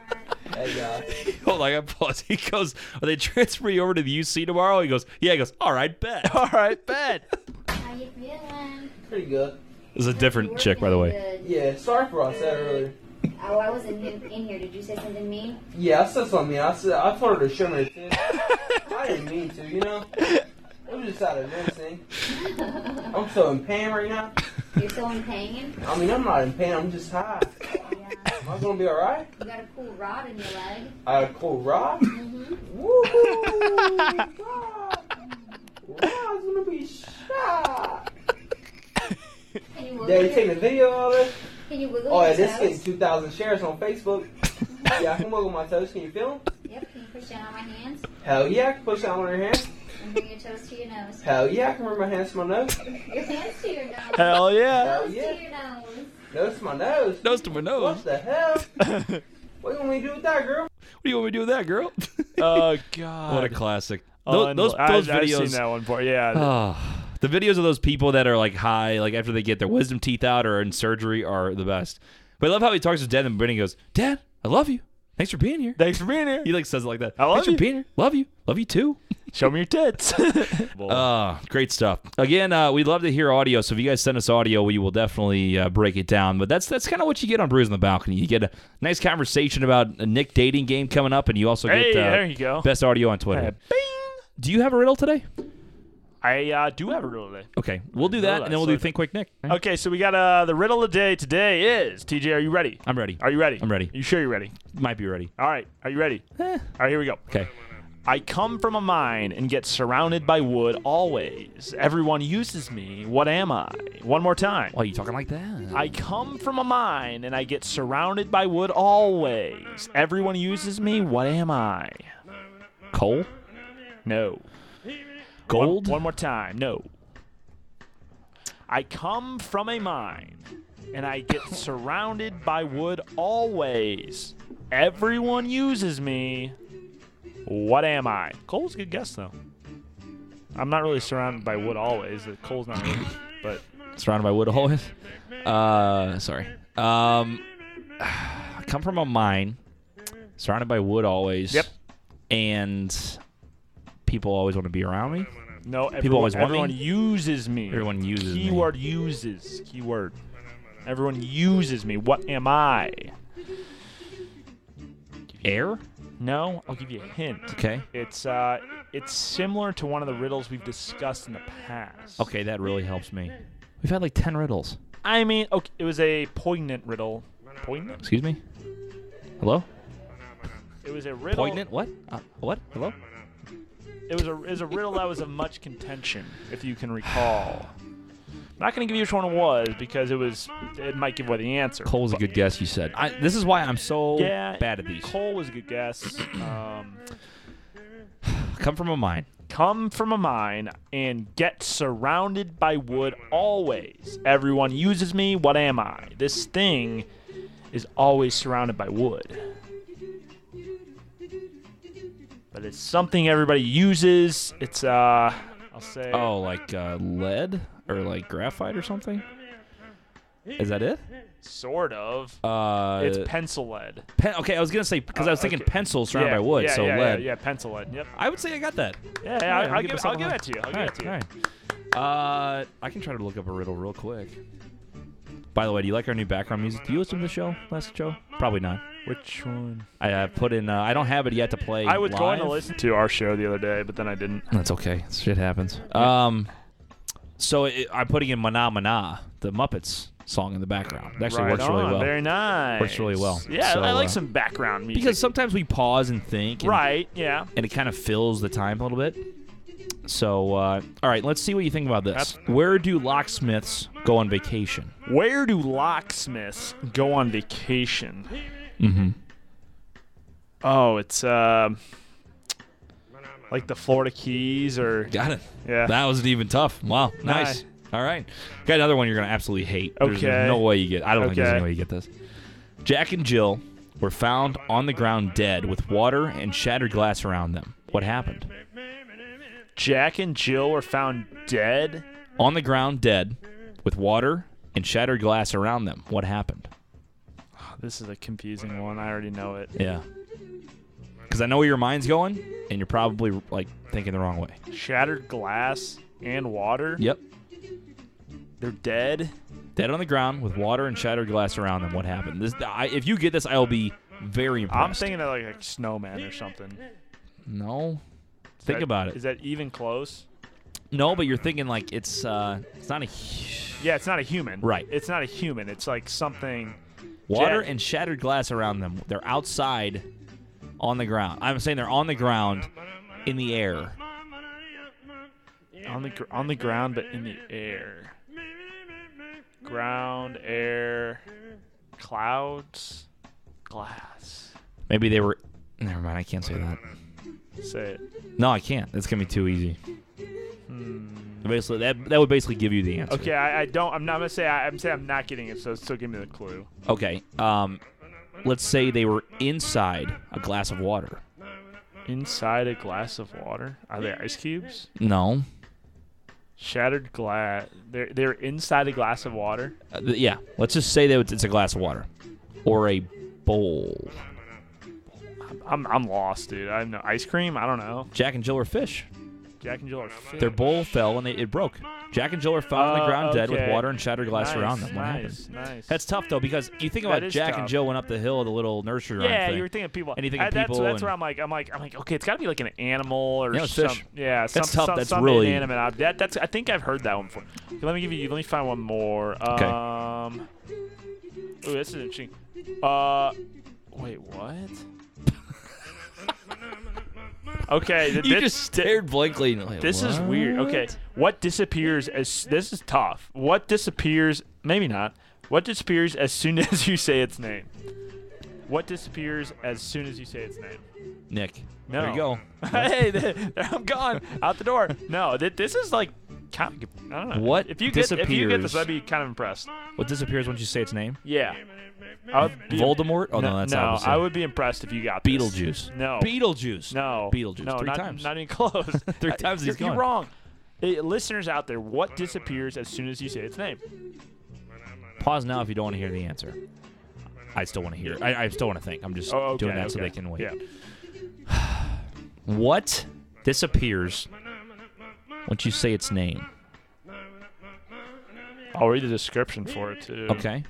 Speaker 5: Hey, guys.
Speaker 1: Hold on, I got pause. He goes, "Are they transferring you over to the UC tomorrow?" He goes, "Yeah." He goes, "All right, bet."
Speaker 2: All right, bet.
Speaker 8: How you feeling?
Speaker 5: Pretty good.
Speaker 1: This is a different chick, by the way.
Speaker 8: Good.
Speaker 5: Yeah, sorry for what I said earlier.
Speaker 8: Oh, I wasn't in, in here. Did you say something mean?
Speaker 5: Yeah, I said something. I said I told her to show me her tits. I didn't mean to, you know. It was just out of instinct. I'm so in pain right now.
Speaker 8: You're still in pain?
Speaker 5: I mean, I'm not in pain. I'm just high.
Speaker 8: Yeah.
Speaker 5: Am I gonna be all right?
Speaker 8: You got a cool rod in your leg.
Speaker 5: I had a cool rod. Woo! Rod's gonna be shot. Yeah, you taking a video of all this?
Speaker 8: Can you wiggle
Speaker 5: Oh, yeah,
Speaker 8: your
Speaker 5: this
Speaker 8: toes?
Speaker 5: gets 2,000 shares on Facebook. yeah, I can wiggle my toes. Can you feel them?
Speaker 8: Yep. Can you push down on my hands
Speaker 5: Hell yeah, I can push down on your hands.
Speaker 8: and bring your toes to your nose?
Speaker 5: Hell yeah, I can run my hands to my nose.
Speaker 8: Your hands to your nose.
Speaker 1: Hell yeah.
Speaker 5: Hell
Speaker 8: Toes to
Speaker 5: yeah.
Speaker 8: your nose.
Speaker 5: Nose to my nose.
Speaker 1: Nose to my nose.
Speaker 5: What the hell?
Speaker 1: what do
Speaker 5: What do you want me to do with that, girl?
Speaker 1: you want me to do with that, girl?
Speaker 2: Oh God!
Speaker 1: what a classic. Those, those,
Speaker 2: Unbel-
Speaker 1: those
Speaker 2: I, I've
Speaker 1: videos.
Speaker 2: seen that one for yeah.
Speaker 1: Ah, the videos of those people that are like high, like after they get their wisdom teeth out or in surgery, are the best. But I love how he talks to Dad and Brittany goes, "Dad, I love you. Thanks for being here."
Speaker 2: Thanks for being here.
Speaker 1: He like says it like that.
Speaker 2: I love
Speaker 1: Thanks
Speaker 2: you."
Speaker 1: for being here. Love you. Love you too.
Speaker 2: Show me your tits. Uh,
Speaker 1: Ah, great stuff. Again, uh, we'd love to hear audio. So if you guys send us audio, we will definitely uh, break it down. But that's that's kind of what you get on Brews on the Balcony. You get a nice conversation about a Nick dating game coming up, and you also
Speaker 2: hey,
Speaker 1: get uh,
Speaker 2: there you go.
Speaker 1: best audio on Twitter.
Speaker 2: Yeah,
Speaker 1: Do you have a riddle today?
Speaker 2: I uh, do have a riddle today.
Speaker 1: Okay, we'll do that, and then we'll do Think Quick Nick.
Speaker 2: Okay, so we got uh, the riddle of the day today is TJ. Are you ready?
Speaker 1: I'm ready.
Speaker 2: Are you ready?
Speaker 1: I'm ready.
Speaker 2: You sure you're ready?
Speaker 1: Might be ready.
Speaker 2: All right. Are you ready? All right. Here we go.
Speaker 1: Okay.
Speaker 2: I come from a mine and get surrounded by wood always. Everyone uses me. What am I? One more time.
Speaker 1: Why are you talking like that?
Speaker 2: I come from a mine and I get surrounded by wood always. Everyone uses me. What am I?
Speaker 1: Coal?
Speaker 2: No.
Speaker 1: Gold?
Speaker 2: One, one more time. No. I come from a mine and I get surrounded by wood always. Everyone uses me. What am I? Cole's a good guess though. I'm not really surrounded by wood always. The Cole's not really, but
Speaker 1: Surrounded by wood always. Uh, sorry. Um, I come from a mine, surrounded by wood always.
Speaker 2: Yep.
Speaker 1: And people always want to be around me.
Speaker 2: no, everyone,
Speaker 1: always want me?
Speaker 2: everyone uses me.
Speaker 1: Everyone uses me.
Speaker 2: Keyword uses. Keyword. Everyone uses me. What am I?
Speaker 1: Air?
Speaker 2: No, I'll give you a hint.
Speaker 1: Okay.
Speaker 2: It's uh, it's similar to one of the riddles we've discussed in the past.
Speaker 1: Okay, that really helps me. We've had like 10 riddles.
Speaker 2: I mean, okay, it was a poignant riddle. Poignant?
Speaker 1: Excuse me? Hello?
Speaker 2: It was a riddle.
Speaker 1: Poignant? What? Uh, what? Hello?
Speaker 2: It was a it was a riddle that was of much contention, if you can recall. I'm not gonna give you which one it was because it was it might give away the answer.
Speaker 1: Cole's a good guess, you said. I, this is why I'm so
Speaker 2: Yeah,
Speaker 1: bad at these.
Speaker 2: Cole was a good guess. Um,
Speaker 1: Come from a mine.
Speaker 2: come from a mine and get surrounded by wood always. Everyone uses me. What am I? This thing is always surrounded by wood. But it's something everybody uses. It's uh I'll say
Speaker 1: Oh, like uh, lead or like graphite or something? Is that it?
Speaker 2: sort of.
Speaker 1: Uh,
Speaker 2: it's pencil lead.
Speaker 1: pen- okay. I was gonna say because I was thinking
Speaker 2: Uh, okay.
Speaker 1: pencil surrounded
Speaker 2: yeah,
Speaker 1: by wood,
Speaker 2: yeah,
Speaker 1: so
Speaker 2: yeah,
Speaker 1: lead.
Speaker 2: Yeah, yeah, pencil lead. Yep.
Speaker 1: I would say I got that.
Speaker 2: Yeah, yeah, I'll, I'll give, I'll give it to you. I'll give it to you.
Speaker 1: Uh, I can try to look up a riddle real quick. By the way, do you like our new background music? Do you listen to the show last show? Probably not.
Speaker 2: Which one?
Speaker 1: I uh, put in. Uh, I don't have it yet to play.
Speaker 2: I was going to
Speaker 1: live.
Speaker 2: listen to our show the other day, but then I didn't.
Speaker 1: That's okay. Shit happens. Um, so it, I'm putting in "Mana Mana," the Muppets song in the background. It actually
Speaker 2: Right
Speaker 1: works really
Speaker 2: on,
Speaker 1: well.
Speaker 2: Very nice.
Speaker 1: Works really well.
Speaker 2: Yeah,
Speaker 1: So,
Speaker 2: I like
Speaker 1: uh,
Speaker 2: some background music.
Speaker 1: because sometimes we pause and think, and,
Speaker 2: right, yeah,
Speaker 1: and it kind of fills the time a little bit. So, uh, all right, let's see what you think about this.
Speaker 2: That's-
Speaker 1: Where do locksmiths go on vacation?
Speaker 2: where do locksmiths go on vacation?
Speaker 1: Mm-hmm.
Speaker 2: Oh, it's uh, like the Florida Keys or
Speaker 1: Got it.
Speaker 2: yeah.
Speaker 1: That wasn't even tough. Wow, nice.
Speaker 2: Nice.
Speaker 1: All right, got another one you're gonna absolutely hate. There's
Speaker 2: Okay.
Speaker 1: no way you get. I don't think there's
Speaker 2: Okay.
Speaker 1: any way you get this. Jack and Jill were found on the ground dead with water and shattered glass around them. What happened?
Speaker 2: Jack and Jill were found dead.
Speaker 1: On the ground dead with water and shattered glass around them. What happened?
Speaker 2: This is a confusing one. I already know it.
Speaker 1: Yeah. Because I know where your mind's going, and you're probably like thinking the wrong way.
Speaker 2: Shattered glass and water.
Speaker 1: Yep.
Speaker 2: They're dead.
Speaker 1: Dead on the ground with water and shattered glass around them. What happened? This, I, if you get this, I'll be very impressed.
Speaker 2: I'm thinking of like a snowman or something.
Speaker 1: No. Think
Speaker 2: That-
Speaker 1: about it.
Speaker 2: Is that even close?
Speaker 1: No, but you're thinking like it's uh it's not a hu-
Speaker 2: Yeah, it's not a human.
Speaker 1: Right.
Speaker 2: It's not a human. It's like something.
Speaker 1: water
Speaker 2: Jack-
Speaker 1: and shattered glass around them. They're outside on the ground. I'm saying they're on the ground in the air.
Speaker 2: on the gr- on the ground but in the air. ground, air, clouds, glass.
Speaker 1: Maybe they were. Never mind. I can't say that.
Speaker 2: Say it.
Speaker 1: No, I can't. That's gonna be too easy. Basically, that that would basically give you the answer.
Speaker 2: Hmm. Okay, I, I don't. I'm not gonna say. I, I'm saying I'm not getting it. So, so give me the clue.
Speaker 1: Okay. Um, let's say they were inside a glass of water.
Speaker 2: Inside a glass of water, are there ice cubes?
Speaker 1: No.
Speaker 2: Shattered glass. They're they're inside a glass of water.
Speaker 1: Uh, th- yeah. Let's just say that it's- it's a glass of water, or a bowl.
Speaker 2: I'm I'm lost, dude. I know ice cream. I don't know.
Speaker 1: Jack and Jill are fish.
Speaker 2: Jack and Jill are fish.
Speaker 1: Their bowl fell and it, it broke. Jack and Jill are found on the
Speaker 2: Oh,
Speaker 1: ground dead with
Speaker 2: okay.
Speaker 1: water and shattered glass
Speaker 2: nice,
Speaker 1: around them. What
Speaker 2: nice,
Speaker 1: happened?
Speaker 2: nice.
Speaker 1: That's tough though because you think
Speaker 2: That
Speaker 1: about
Speaker 2: is
Speaker 1: Jack and
Speaker 2: tough.
Speaker 1: Jill went up the hill of the little nursery rhyme
Speaker 2: yeah.
Speaker 1: thing.
Speaker 2: You were thinking of people.
Speaker 1: Anything
Speaker 2: I,
Speaker 1: of
Speaker 2: that's,
Speaker 1: people
Speaker 2: That's
Speaker 1: and-
Speaker 2: where I'm like, I'm like, I'm like, okay, it's got to be like an animal or
Speaker 1: Yeah, it's
Speaker 2: some,
Speaker 1: fish.
Speaker 2: Yeah, some,
Speaker 1: tough.
Speaker 2: some-
Speaker 1: That's
Speaker 2: some
Speaker 1: really-
Speaker 2: inanimate object. That, that's. I think I've heard that one before. Okay, let me give you. Let me find one more.
Speaker 1: Okay.
Speaker 2: Um. Ooh, this is interesting. Uh, wait, what? okay, th-
Speaker 1: you
Speaker 2: this,
Speaker 1: just stared blankly. And like,
Speaker 2: This is
Speaker 1: "What?"
Speaker 2: weird. Okay, what disappears as this is tough. What disappears? Maybe not. What disappears as soon as you say its name? What disappears as soon as you say its name?
Speaker 1: Nick.
Speaker 2: No.
Speaker 1: There you go.
Speaker 2: hey, th- I'm gone out the door. No, th- this is like kind of. I don't know.
Speaker 1: What
Speaker 2: if you get if you get this,
Speaker 1: disappears-
Speaker 2: I'd be kind of impressed.
Speaker 1: What disappears once you say its name?
Speaker 2: Yeah. I would be-
Speaker 1: Voldemort? Oh no, that's
Speaker 2: no.
Speaker 1: obviously.
Speaker 2: I would be impressed if you got this.
Speaker 1: Beetlejuice.
Speaker 2: No.
Speaker 1: Beetlejuice.
Speaker 2: No.
Speaker 1: Beetlejuice.
Speaker 2: No,
Speaker 1: Three
Speaker 2: not,
Speaker 1: times.
Speaker 2: Not even close.
Speaker 1: Three times
Speaker 2: You're,
Speaker 1: he's
Speaker 2: you're
Speaker 1: gone.
Speaker 2: wrong. Eh, listeners out there, what disappears as soon as you say its name?
Speaker 1: Pause now if you don't want to hear the answer. I still want to hear. it. I, I still want to think. I'm just
Speaker 2: Oh, okay,
Speaker 1: doing that so
Speaker 2: okay.
Speaker 1: they can wait.
Speaker 2: Yeah.
Speaker 1: What disappears once you say its name?
Speaker 2: I'll read the description for it too.
Speaker 1: Okay.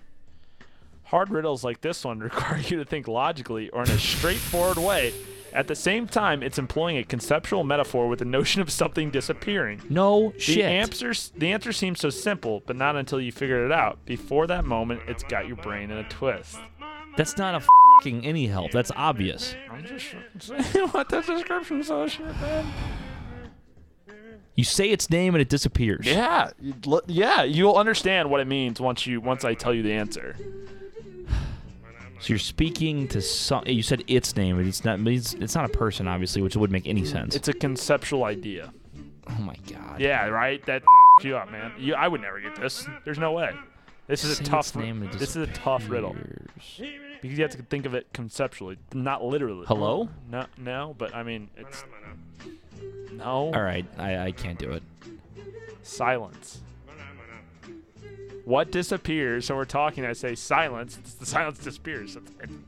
Speaker 2: Hard riddles like this one require you to think logically or in a straightforward way. At the same time, it's employing a conceptual metaphor with the notion of something disappearing.
Speaker 1: No
Speaker 2: The
Speaker 1: shit.
Speaker 2: answer, the answer seems so simple, but not until you figure it out. Before that moment, it's got your brain in a twist.
Speaker 1: That's not a fing any help. That's obvious.
Speaker 2: I'm just saying what the description says.
Speaker 1: You say its name and it disappears.
Speaker 2: Yeah, you'd lo- yeah, you'll understand what it means once you once I tell you the answer.
Speaker 1: So you're speaking to some. You said its name, but it's not. It's, it's not a person, obviously, which would make any sense.
Speaker 2: It's a conceptual idea.
Speaker 1: oh my god.
Speaker 2: Yeah, right. That you up, man. You, I would never get this. There's no way. This is
Speaker 1: Say
Speaker 2: a
Speaker 1: its
Speaker 2: tough.
Speaker 1: name and it
Speaker 2: This is a tough riddle
Speaker 1: disappears.
Speaker 2: because you have to think of it conceptually, not literally.
Speaker 1: Hello?
Speaker 2: No, no, but I mean, it's no
Speaker 1: All right, I, I can't do it.
Speaker 2: silence. What disappears? So we're talking. I say silence. It's the silence disappears. It's- it's-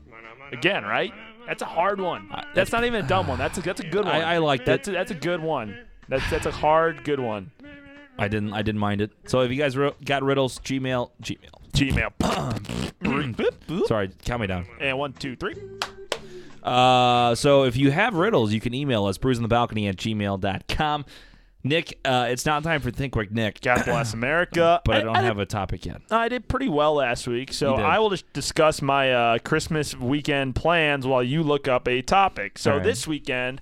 Speaker 2: again, right? That's a hard one.
Speaker 1: I-
Speaker 2: That's not even a dumb one. That's a, that's a good one.
Speaker 1: I, I liked
Speaker 2: that's
Speaker 1: it.
Speaker 2: a, that's a good one. That's that's a hard good one.
Speaker 1: I didn't. I didn't mind it. So if you guys wrote, got riddles, Gmail, Gmail.
Speaker 2: Gmail.
Speaker 1: Sorry, count me down.
Speaker 2: and one, two, three.
Speaker 1: Uh, so if you have riddles, you can email us bruisingthebalcony at gmail.com. Nick, uh, it's not time for Think Quick Nick,
Speaker 2: God bless America.
Speaker 1: but I, don't
Speaker 2: did-
Speaker 1: have a topic yet.
Speaker 2: I did pretty well last week, so
Speaker 1: You did.
Speaker 2: I will just discuss my uh, Christmas weekend plans while you look up a topic. So
Speaker 1: All right.
Speaker 2: this weekend,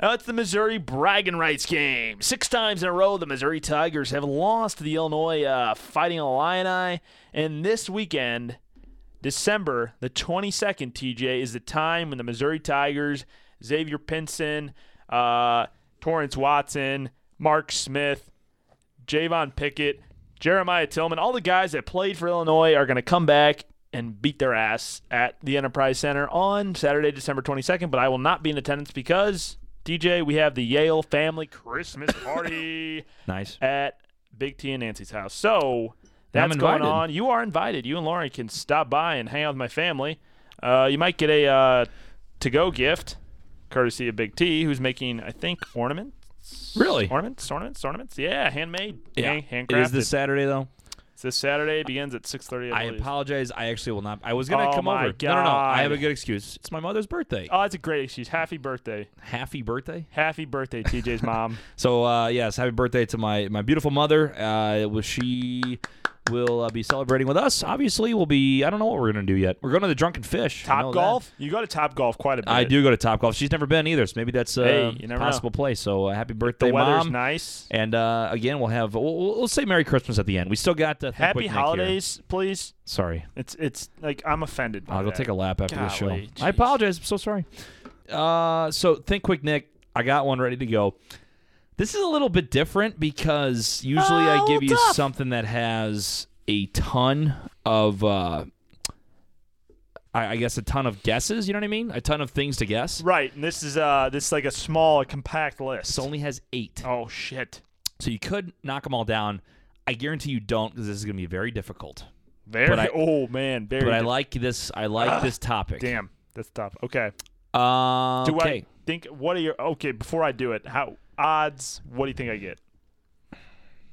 Speaker 2: uh, it's the Missouri bragging rights game. Six times in a row, the Missouri Tigers have lost to the Illinois uh, Fighting Illini, and this weekend, December the 22nd, TJ, is the time when the Missouri Tigers, Xavier Pinson, uh, Torrance Watson, Mark Smith, Javon Pickett, Jeremiah Tillman, all the guys that played for Illinois are going to come back and beat their ass at the Enterprise Center on Saturday, December 22nd. But I will not be in attendance because, DJ, we have the Yale family Christmas party
Speaker 1: Nice.
Speaker 2: at Big T and Nancy's house. So that's
Speaker 1: I'm
Speaker 2: going
Speaker 1: invited.
Speaker 2: on. You are invited. You and Lauren can stop by and hang out with my family. Uh, you might get a uh, to go gift, courtesy of Big T, who's making, I think, ornament
Speaker 1: Really?
Speaker 2: ornaments, ornaments, ornaments. Yeah, handmade,
Speaker 1: Yeah.
Speaker 2: hand-
Speaker 1: It
Speaker 2: handcrafted.
Speaker 1: is this Saturday though.
Speaker 2: It's this Saturday. Begins at six thirty.
Speaker 1: I
Speaker 2: believe.
Speaker 1: apologize. I actually will not. I was gonna
Speaker 2: Oh
Speaker 1: come
Speaker 2: my
Speaker 1: over. No, no, no. I have a
Speaker 2: God.
Speaker 1: good excuse. It's my mother's birthday.
Speaker 2: Oh, that's a great excuse. Happy birthday,
Speaker 1: Happy birthday.
Speaker 2: happy birthday, TJ's mom.
Speaker 1: So uh, yes, happy birthday to my my beautiful mother. Uh, it was she will uh, be celebrating with us. Obviously, we'll be. I don't know what we're gonna do yet. We're going to the Drunken Fish. I know
Speaker 2: Top
Speaker 1: that.
Speaker 2: Golf? You go to Top Golf quite a bit.
Speaker 1: I do go to Top Golf. She's never been either, so maybe that's
Speaker 2: Hey,
Speaker 1: a
Speaker 2: you never know.
Speaker 1: possible place. So uh, happy birthday,
Speaker 2: The weather's
Speaker 1: mom!
Speaker 2: nice.
Speaker 1: And uh, again, we'll have we'll, we'll we'll say Merry Christmas at the end. We still got uh, Think Quick
Speaker 2: Happy
Speaker 1: Nick here.
Speaker 2: holidays, please.
Speaker 1: Sorry,
Speaker 2: It's it's like I'm offended. By
Speaker 1: I'll go
Speaker 2: that.
Speaker 1: take a lap after this show.
Speaker 2: Golly,
Speaker 1: I
Speaker 2: jeez.
Speaker 1: apologize. I'm so sorry. Uh, so think quick, Nick. I got one ready to go. This is a little bit different because usually
Speaker 3: Ah, a
Speaker 1: I give
Speaker 3: little
Speaker 1: you
Speaker 3: tough.
Speaker 1: something that has a ton of, uh, I, I guess, a ton of guesses. You know what I mean? A ton of things to guess.
Speaker 2: Right, and this is uh this is like a small, compact list.
Speaker 1: This only has eight.
Speaker 2: oh shit,
Speaker 1: So you could knock them all down. I guarantee you don't because this is going to be very difficult.
Speaker 2: very.
Speaker 1: But I-
Speaker 2: oh man, very.
Speaker 1: But I
Speaker 2: di-
Speaker 1: like this. I like this topic.
Speaker 2: Damn, that's tough. Okay.
Speaker 1: Uh,
Speaker 2: Do
Speaker 1: okay.
Speaker 2: I think what are your okay? Before I do it, how odds? What do you think I get?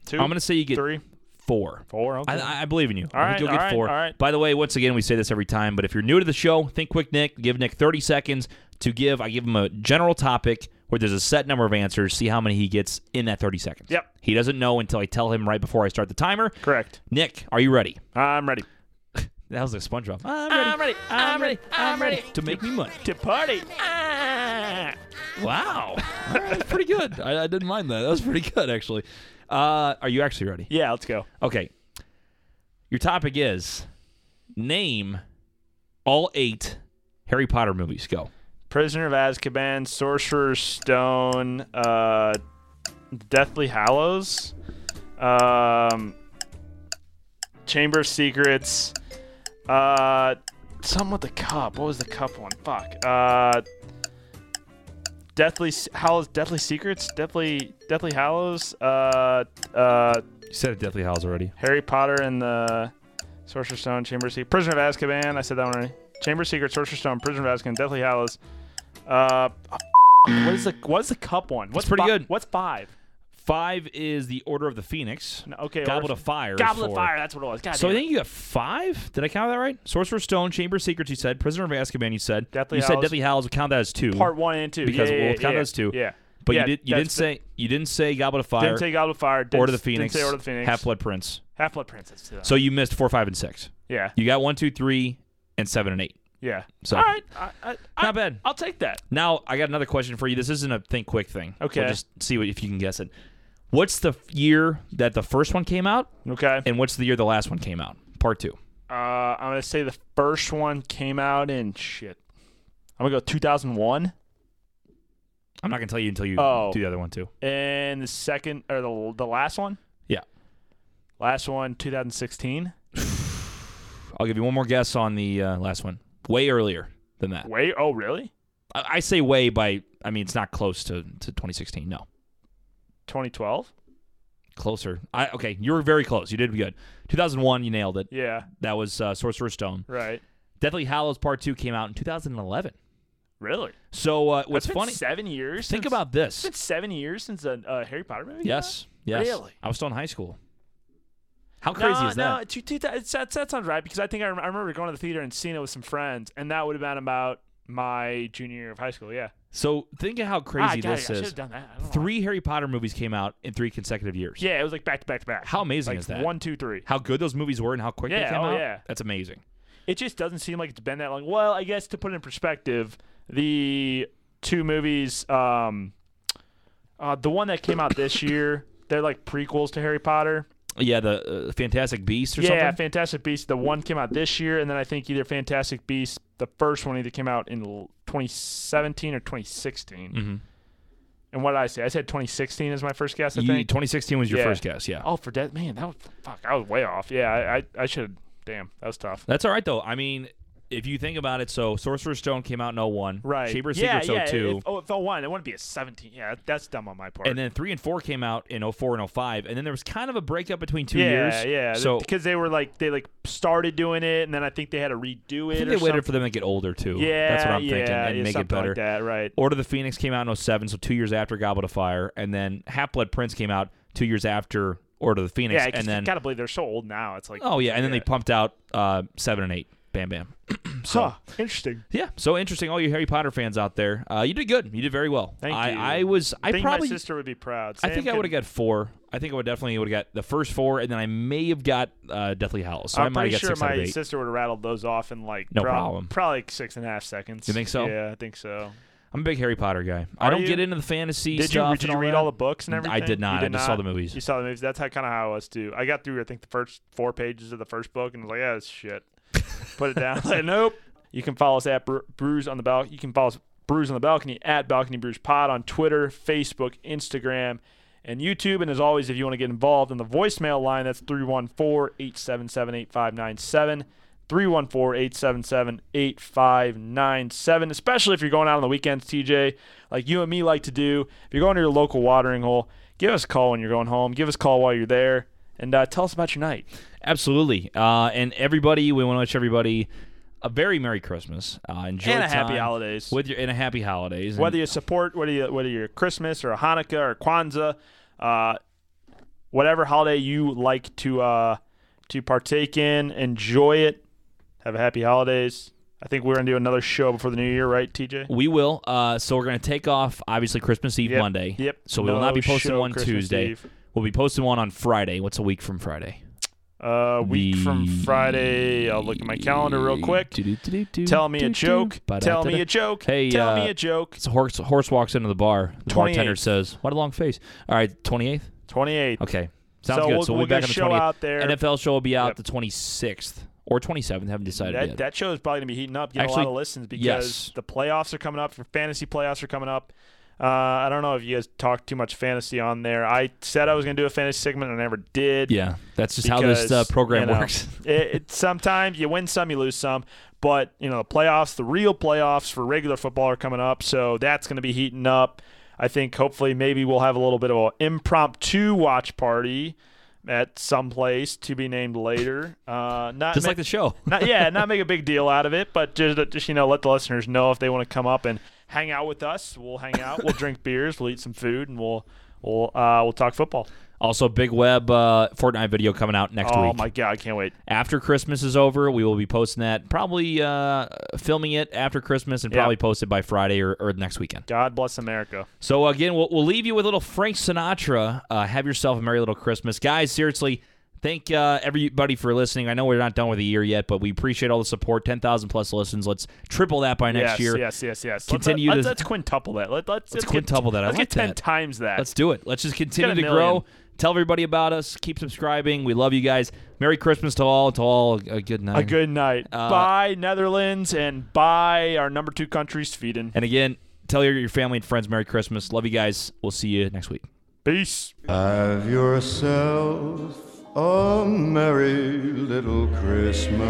Speaker 2: Two.
Speaker 1: I'm going to say you get
Speaker 2: three,
Speaker 1: four.
Speaker 2: four. Okay.
Speaker 1: I, I- I believe in you.
Speaker 2: All
Speaker 1: I think
Speaker 2: right,
Speaker 1: you'll
Speaker 2: all
Speaker 1: get
Speaker 2: right,
Speaker 1: four.
Speaker 2: all right.
Speaker 1: By the way, once again, we say this every time, but if you're new to the show, think quick, Nick. Give Nick 30 seconds to give. I give him a general topic where there's a set number of answers. See how many he gets in that 30 seconds.
Speaker 2: Yep.
Speaker 1: He doesn't know until I tell him right before I start the timer.
Speaker 2: Correct.
Speaker 1: Nick, are you ready?
Speaker 2: I'm ready.
Speaker 1: That was like SpongeBob. I'm ready. I'm ready. I'm ready. I'm ready to make me money.
Speaker 2: To party.
Speaker 1: Wow, All right, that's pretty good. I, I didn't mind that. That was pretty good actually. Uh, are you actually ready?
Speaker 2: Yeah, let's go.
Speaker 1: Okay. Your topic is name all eight Harry Potter movies. Go.
Speaker 2: Prisoner of Azkaban, Sorcerer's Stone, uh, Deathly Hallows, um, Chamber of Secrets, uh, some with the cup. What was the cup one? Fuck. Uh, Deathly S- Hallows, Deathly Secrets, Deathly Deathly Hallows, uh, uh,
Speaker 1: You said it Deathly Hallows already.
Speaker 2: Harry Potter and the Sorcerer's Stone, Chamber of Secrets, Prisoner of Azkaban. I said that one already. Chamber of Secrets, Sorcerer's Stone, Prisoner of Azkaban, Deathly Hallows. Uh, oh, f- what is the what's the cup one? What's
Speaker 1: pretty
Speaker 2: fi-
Speaker 1: good.
Speaker 2: What's five?
Speaker 1: Five is the Order of the Phoenix.
Speaker 2: No, okay,
Speaker 1: Goblet
Speaker 2: or-
Speaker 1: of Fire. is
Speaker 2: Goblet of
Speaker 1: four.
Speaker 2: Fire. That's what it was. God
Speaker 1: So I
Speaker 2: damn it.
Speaker 1: think you got five. Did I count that right? Sorcerer's Stone, Chamber of Secrets. You said Prisoner of Azkaban. You said
Speaker 2: Deathly
Speaker 1: You said
Speaker 2: Hallows.
Speaker 1: Deathly Hallows. We count that as two.
Speaker 2: part one and two
Speaker 1: Because
Speaker 2: yeah, yeah,
Speaker 1: we'll
Speaker 2: yeah,
Speaker 1: count
Speaker 2: yeah.
Speaker 1: those two.
Speaker 2: Yeah,
Speaker 1: But
Speaker 2: Yeah,
Speaker 1: you did. You
Speaker 2: that's
Speaker 1: didn't say. You didn't say Goblet of
Speaker 2: the-
Speaker 1: Fire.
Speaker 2: Didn't say Goblet of Fire. Didn't,
Speaker 1: Order of the
Speaker 2: s- didn't
Speaker 1: Phoenix.
Speaker 2: say Order of the Phoenix.
Speaker 1: Half Blood Prince.
Speaker 2: Half Blood Princess. Too, though.
Speaker 1: So you missed four, five, and six.
Speaker 2: yeah,
Speaker 1: You got one, two, three, and seven and eight.
Speaker 2: yeah.
Speaker 1: So-
Speaker 2: all right, I, I, I,
Speaker 1: Not bad.
Speaker 2: I'll take that.
Speaker 1: Now I got another question for you. This isn't a think quick thing.
Speaker 2: Okay.
Speaker 1: We'll just see what, if you can guess it. What's the f- year that the first one came out,
Speaker 2: Okay.
Speaker 1: and what's the year the last one came out? Part two.
Speaker 2: Uh, I'm gonna say the first one came out in shit. I'm gonna go 2001,
Speaker 1: I'm not gonna tell you until you
Speaker 2: Oh.
Speaker 1: do the other one too.
Speaker 2: and the second or the the last one,
Speaker 1: Yeah.
Speaker 2: last one 2016.
Speaker 1: I'll give you one more guess on the uh, last one. Way earlier than that.
Speaker 2: Wait, oh really?
Speaker 1: I, I say way by. I mean it's not close to, to 2016. No,
Speaker 2: 2012?
Speaker 1: closer. I okay. You were very close. You did good. 2001. You nailed it.
Speaker 2: Yeah,
Speaker 1: That was uh, Sorcerer's Stone.
Speaker 2: right.
Speaker 1: Deathly Hallows Part Two came out in 2011.
Speaker 2: Really?
Speaker 1: So uh, what's
Speaker 2: It's been
Speaker 1: funny?
Speaker 2: Seven years.
Speaker 1: Think
Speaker 2: since-
Speaker 1: about this.
Speaker 2: It's been seven years since a uh, Harry Potter movie. came
Speaker 1: Yes. Yes.
Speaker 2: Really?
Speaker 1: I was still in high school. How
Speaker 2: out?
Speaker 1: crazy
Speaker 2: no,
Speaker 1: is
Speaker 2: no,
Speaker 1: that?
Speaker 2: two- two thou- it's- that, that sounds right because I think I, rem- I remember going to the theater and seeing it with some friends, and that would have been about my junior year of high school. Yeah,
Speaker 1: So think of how
Speaker 2: Ah,
Speaker 1: crazy
Speaker 2: God,
Speaker 1: this
Speaker 2: I should
Speaker 1: is.
Speaker 2: have done that. I don't know why.
Speaker 1: Three Harry Potter movies came out in three consecutive years.
Speaker 2: Yeah, it was like back to back to back.
Speaker 1: How amazing
Speaker 2: like
Speaker 1: is that?
Speaker 2: One, two, three.
Speaker 1: How good those movies were and how quick they
Speaker 2: Yeah,
Speaker 1: came
Speaker 2: oh,
Speaker 1: out.
Speaker 2: yeah.
Speaker 1: That's amazing.
Speaker 2: It just doesn't seem like it's been that long. Well, I guess to put it in perspective, the two movies, um, uh, the one that came out this year, they're like prequels to Harry Potter.
Speaker 1: Yeah, the uh, Fantastic Beasts or
Speaker 2: yeah,
Speaker 1: something.
Speaker 2: Fantastic Beasts. The one came out this year, and then I think either Fantastic Beasts, the first one either came out in l- 2017 or 2016.
Speaker 1: Mhm.
Speaker 2: And what did I say? I said 2016 is my first guess. I
Speaker 1: You-
Speaker 2: think
Speaker 1: 2016 was your
Speaker 2: Yeah.
Speaker 1: first guess. Yeah.
Speaker 2: Oh, for death, man, that was fuck. I was way off. Yeah, I, I, I should. Damn, that was tough.
Speaker 1: That's all right though. I mean, if you think about it, so Sorcerer's Stone came out in 01.
Speaker 2: Right.
Speaker 1: Chamber of
Speaker 2: yeah,
Speaker 1: Secrets
Speaker 2: yeah.
Speaker 1: 02.
Speaker 2: If, oh, if 01, it wouldn't be a 17. Yeah, that's dumb on my part.
Speaker 1: and then three and four came out in 04 and 05. And then there was kind of a breakup between two
Speaker 2: yeah,
Speaker 1: years.
Speaker 2: yeah.
Speaker 1: So
Speaker 2: because they were like they like started doing it, and then I think they had to redo it.
Speaker 1: I think
Speaker 2: or
Speaker 1: they waited
Speaker 2: something.
Speaker 1: for them to get older too.
Speaker 2: Yeah,
Speaker 1: That's what I'm
Speaker 2: yeah,
Speaker 1: thinking. And
Speaker 2: yeah,
Speaker 1: make it
Speaker 2: something
Speaker 1: better.
Speaker 2: Like that, right?
Speaker 1: Order of the Phoenix came out in 07, so two years after Goblet of Fire, and then Half Blood Prince came out two years after Order of the Phoenix,
Speaker 2: Yeah, 'cause
Speaker 1: and
Speaker 2: you
Speaker 1: then
Speaker 2: gotta believe they're so old now. It's like
Speaker 1: oh yeah, and then
Speaker 2: yeah.
Speaker 1: they pumped out uh, seven and eight, bam bam. So,
Speaker 2: Huh, interesting.
Speaker 1: yeah, so interesting. All you Harry Potter fans out there, uh, you did good. You did very well.
Speaker 2: Thank
Speaker 1: I,
Speaker 2: you.
Speaker 1: I was. I
Speaker 2: think
Speaker 1: probably.
Speaker 2: my sister would be proud.
Speaker 1: I
Speaker 2: Sam
Speaker 1: think I
Speaker 2: could-
Speaker 1: would have got four. I think I would definitely would have got the first four, and then I may have got uh, Deathly Hallows. So I
Speaker 2: I'm
Speaker 1: might
Speaker 2: pretty
Speaker 1: have got
Speaker 2: sure
Speaker 1: six out of
Speaker 2: my
Speaker 1: eight.
Speaker 2: sister would have rattled those off in like
Speaker 1: No problem.
Speaker 2: probably like six and a half seconds.
Speaker 1: You think so?
Speaker 2: Yeah, I think so.
Speaker 1: I'm a big Harry Potter guy. I
Speaker 2: Are
Speaker 1: don't
Speaker 2: you?
Speaker 1: get into the fantasy
Speaker 2: Did you
Speaker 1: stuff.
Speaker 2: did
Speaker 1: and
Speaker 2: you
Speaker 1: all
Speaker 2: read
Speaker 1: that.
Speaker 2: all the books and
Speaker 1: I did
Speaker 2: everything?
Speaker 1: not.
Speaker 2: You
Speaker 1: I just saw the movies.
Speaker 2: You saw the movies. That's how kind of how I was too. I got through I think the first four pages of the first book and was like, yeah, it's shit. Put it down. I was like, nope. You can follow us at Bru- Brews on the Balcony. You can follow us Brews on the Balcony at Balcony Brews Pod on Twitter, Facebook, Instagram, and YouTube. And as always, if you want to get involved on the voicemail line, that's 314-877-8597. 314-877-8597 especially if you're going out on the weekends tj like you and me like to do if you're going to your local watering hole give us a call when you're going home give us a call while you're there and uh, tell us about your night
Speaker 1: Absolutely. Uh, and everybody, we want to wish everybody a very Merry Christmas. Uh, enjoy
Speaker 2: And a happy
Speaker 1: time
Speaker 2: holidays.
Speaker 1: with your and a happy holidays. And
Speaker 2: whether you support whether you whether you're Christmas or Hanukkah or Kwanzaa, uh, whatever holiday you like to uh, to partake in, enjoy it. Have a happy holidays. I think we're gonna do another show before the new year, right, TJ?
Speaker 1: we will. Uh, so we're going to take off obviously Christmas Eve
Speaker 2: Yep.
Speaker 1: Monday.
Speaker 2: Yep.
Speaker 1: So we will
Speaker 2: No
Speaker 1: not be posting
Speaker 2: show
Speaker 1: one
Speaker 2: Christmas
Speaker 1: Tuesday.
Speaker 2: Eve.
Speaker 1: We'll be posting one on Friday. What's a week from Friday?
Speaker 2: Uh, week from
Speaker 1: The-
Speaker 2: Friday. I'll look at my calendar real quick.
Speaker 1: Do-do-do-do-do.
Speaker 2: Tell me a
Speaker 1: Do-do.
Speaker 2: joke. Tell me
Speaker 1: Ba-da-da-da.
Speaker 2: a joke.
Speaker 1: Hey,
Speaker 2: tell
Speaker 1: uh,
Speaker 2: me a joke.
Speaker 1: So horse horse walks into the bar. The
Speaker 2: 28th.
Speaker 1: bartender says, "What a long face." All right, twenty eighth.
Speaker 2: Twenty eighth.
Speaker 1: Okay, sounds
Speaker 2: So
Speaker 1: good.
Speaker 2: we'll-
Speaker 1: so we'll,
Speaker 2: we'll
Speaker 1: be
Speaker 2: get
Speaker 1: back
Speaker 2: a
Speaker 1: on the
Speaker 2: show
Speaker 1: 20th.
Speaker 2: out there.
Speaker 1: NFL show will be out
Speaker 2: Yep.
Speaker 1: the twenty sixth or twenty seventh. Haven't decided
Speaker 2: That
Speaker 1: yet.
Speaker 2: that show is probably gonna be heating up, getting a lot
Speaker 1: Actually,
Speaker 2: of listens because
Speaker 1: yes.
Speaker 2: the playoffs are coming up. For fantasy playoffs are coming up. Uh, I don't know if you guys talked too much fantasy on there. I said I was gonna do a fantasy segment, and I never did.
Speaker 1: yeah, that's just how this uh,
Speaker 2: because,
Speaker 1: program
Speaker 2: you know,
Speaker 1: works.
Speaker 2: it, it sometimes you win some, you lose some. But you know the playoffs, the real playoffs for regular football are coming up, so that's going to be heating up. I think hopefully maybe we'll have a little bit of an impromptu watch party at some place to be named later. Uh, not
Speaker 1: Just
Speaker 2: ma-
Speaker 1: like the show.
Speaker 2: not yeah, not make a big deal out of it, but just just you know let the listeners know if they want to come up and hang out with us. We'll hang out, we'll drink beers, we'll eat some food, and we'll we'll uh, we'll talk football.
Speaker 1: Also, Big Web uh, Fortnite video coming out next
Speaker 2: Oh
Speaker 1: week.
Speaker 2: my god, I can't wait.
Speaker 1: After Christmas is over, we will be posting that. Probably uh, filming it after Christmas and
Speaker 2: Yeah.
Speaker 1: probably post it by Friday or, or next weekend.
Speaker 2: God bless America.
Speaker 1: So again, we'll, we'll leave you with a little Frank Sinatra. Uh, have yourself a merry little Christmas, guys. Seriously, thank uh, everybody for listening. I know we're not done with the year yet, but we appreciate all the support. Ten thousand plus listens. Let's triple that by next
Speaker 2: yes,
Speaker 1: year.
Speaker 2: Yes, yes, yes.
Speaker 1: Continue
Speaker 2: Let's,
Speaker 1: to-
Speaker 2: let's, let's quintuple that. Let, let's
Speaker 1: Let's
Speaker 2: let's get-
Speaker 1: quintuple that. I
Speaker 2: Let's
Speaker 1: like
Speaker 2: get ten
Speaker 1: that.
Speaker 2: times that.
Speaker 1: Let's do it. Let's just continue
Speaker 2: a
Speaker 1: to
Speaker 2: million.
Speaker 1: grow. Tell everybody about us. Keep subscribing. We love you guys. Merry Christmas to all. To all a good night.
Speaker 2: a good night.
Speaker 1: Uh,
Speaker 2: bye Netherlands and bye our number two country Sweden.
Speaker 1: And again, tell your, your family and friends Merry Christmas. Love you guys. We'll see you next week.
Speaker 2: Peace.
Speaker 9: Have yourself a merry little Christmas.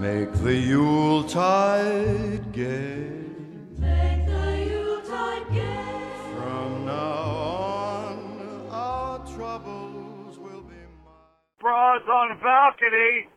Speaker 9: Make the Yuletide gay. From now on, our troubles will be mine.
Speaker 4: Broads on balcony.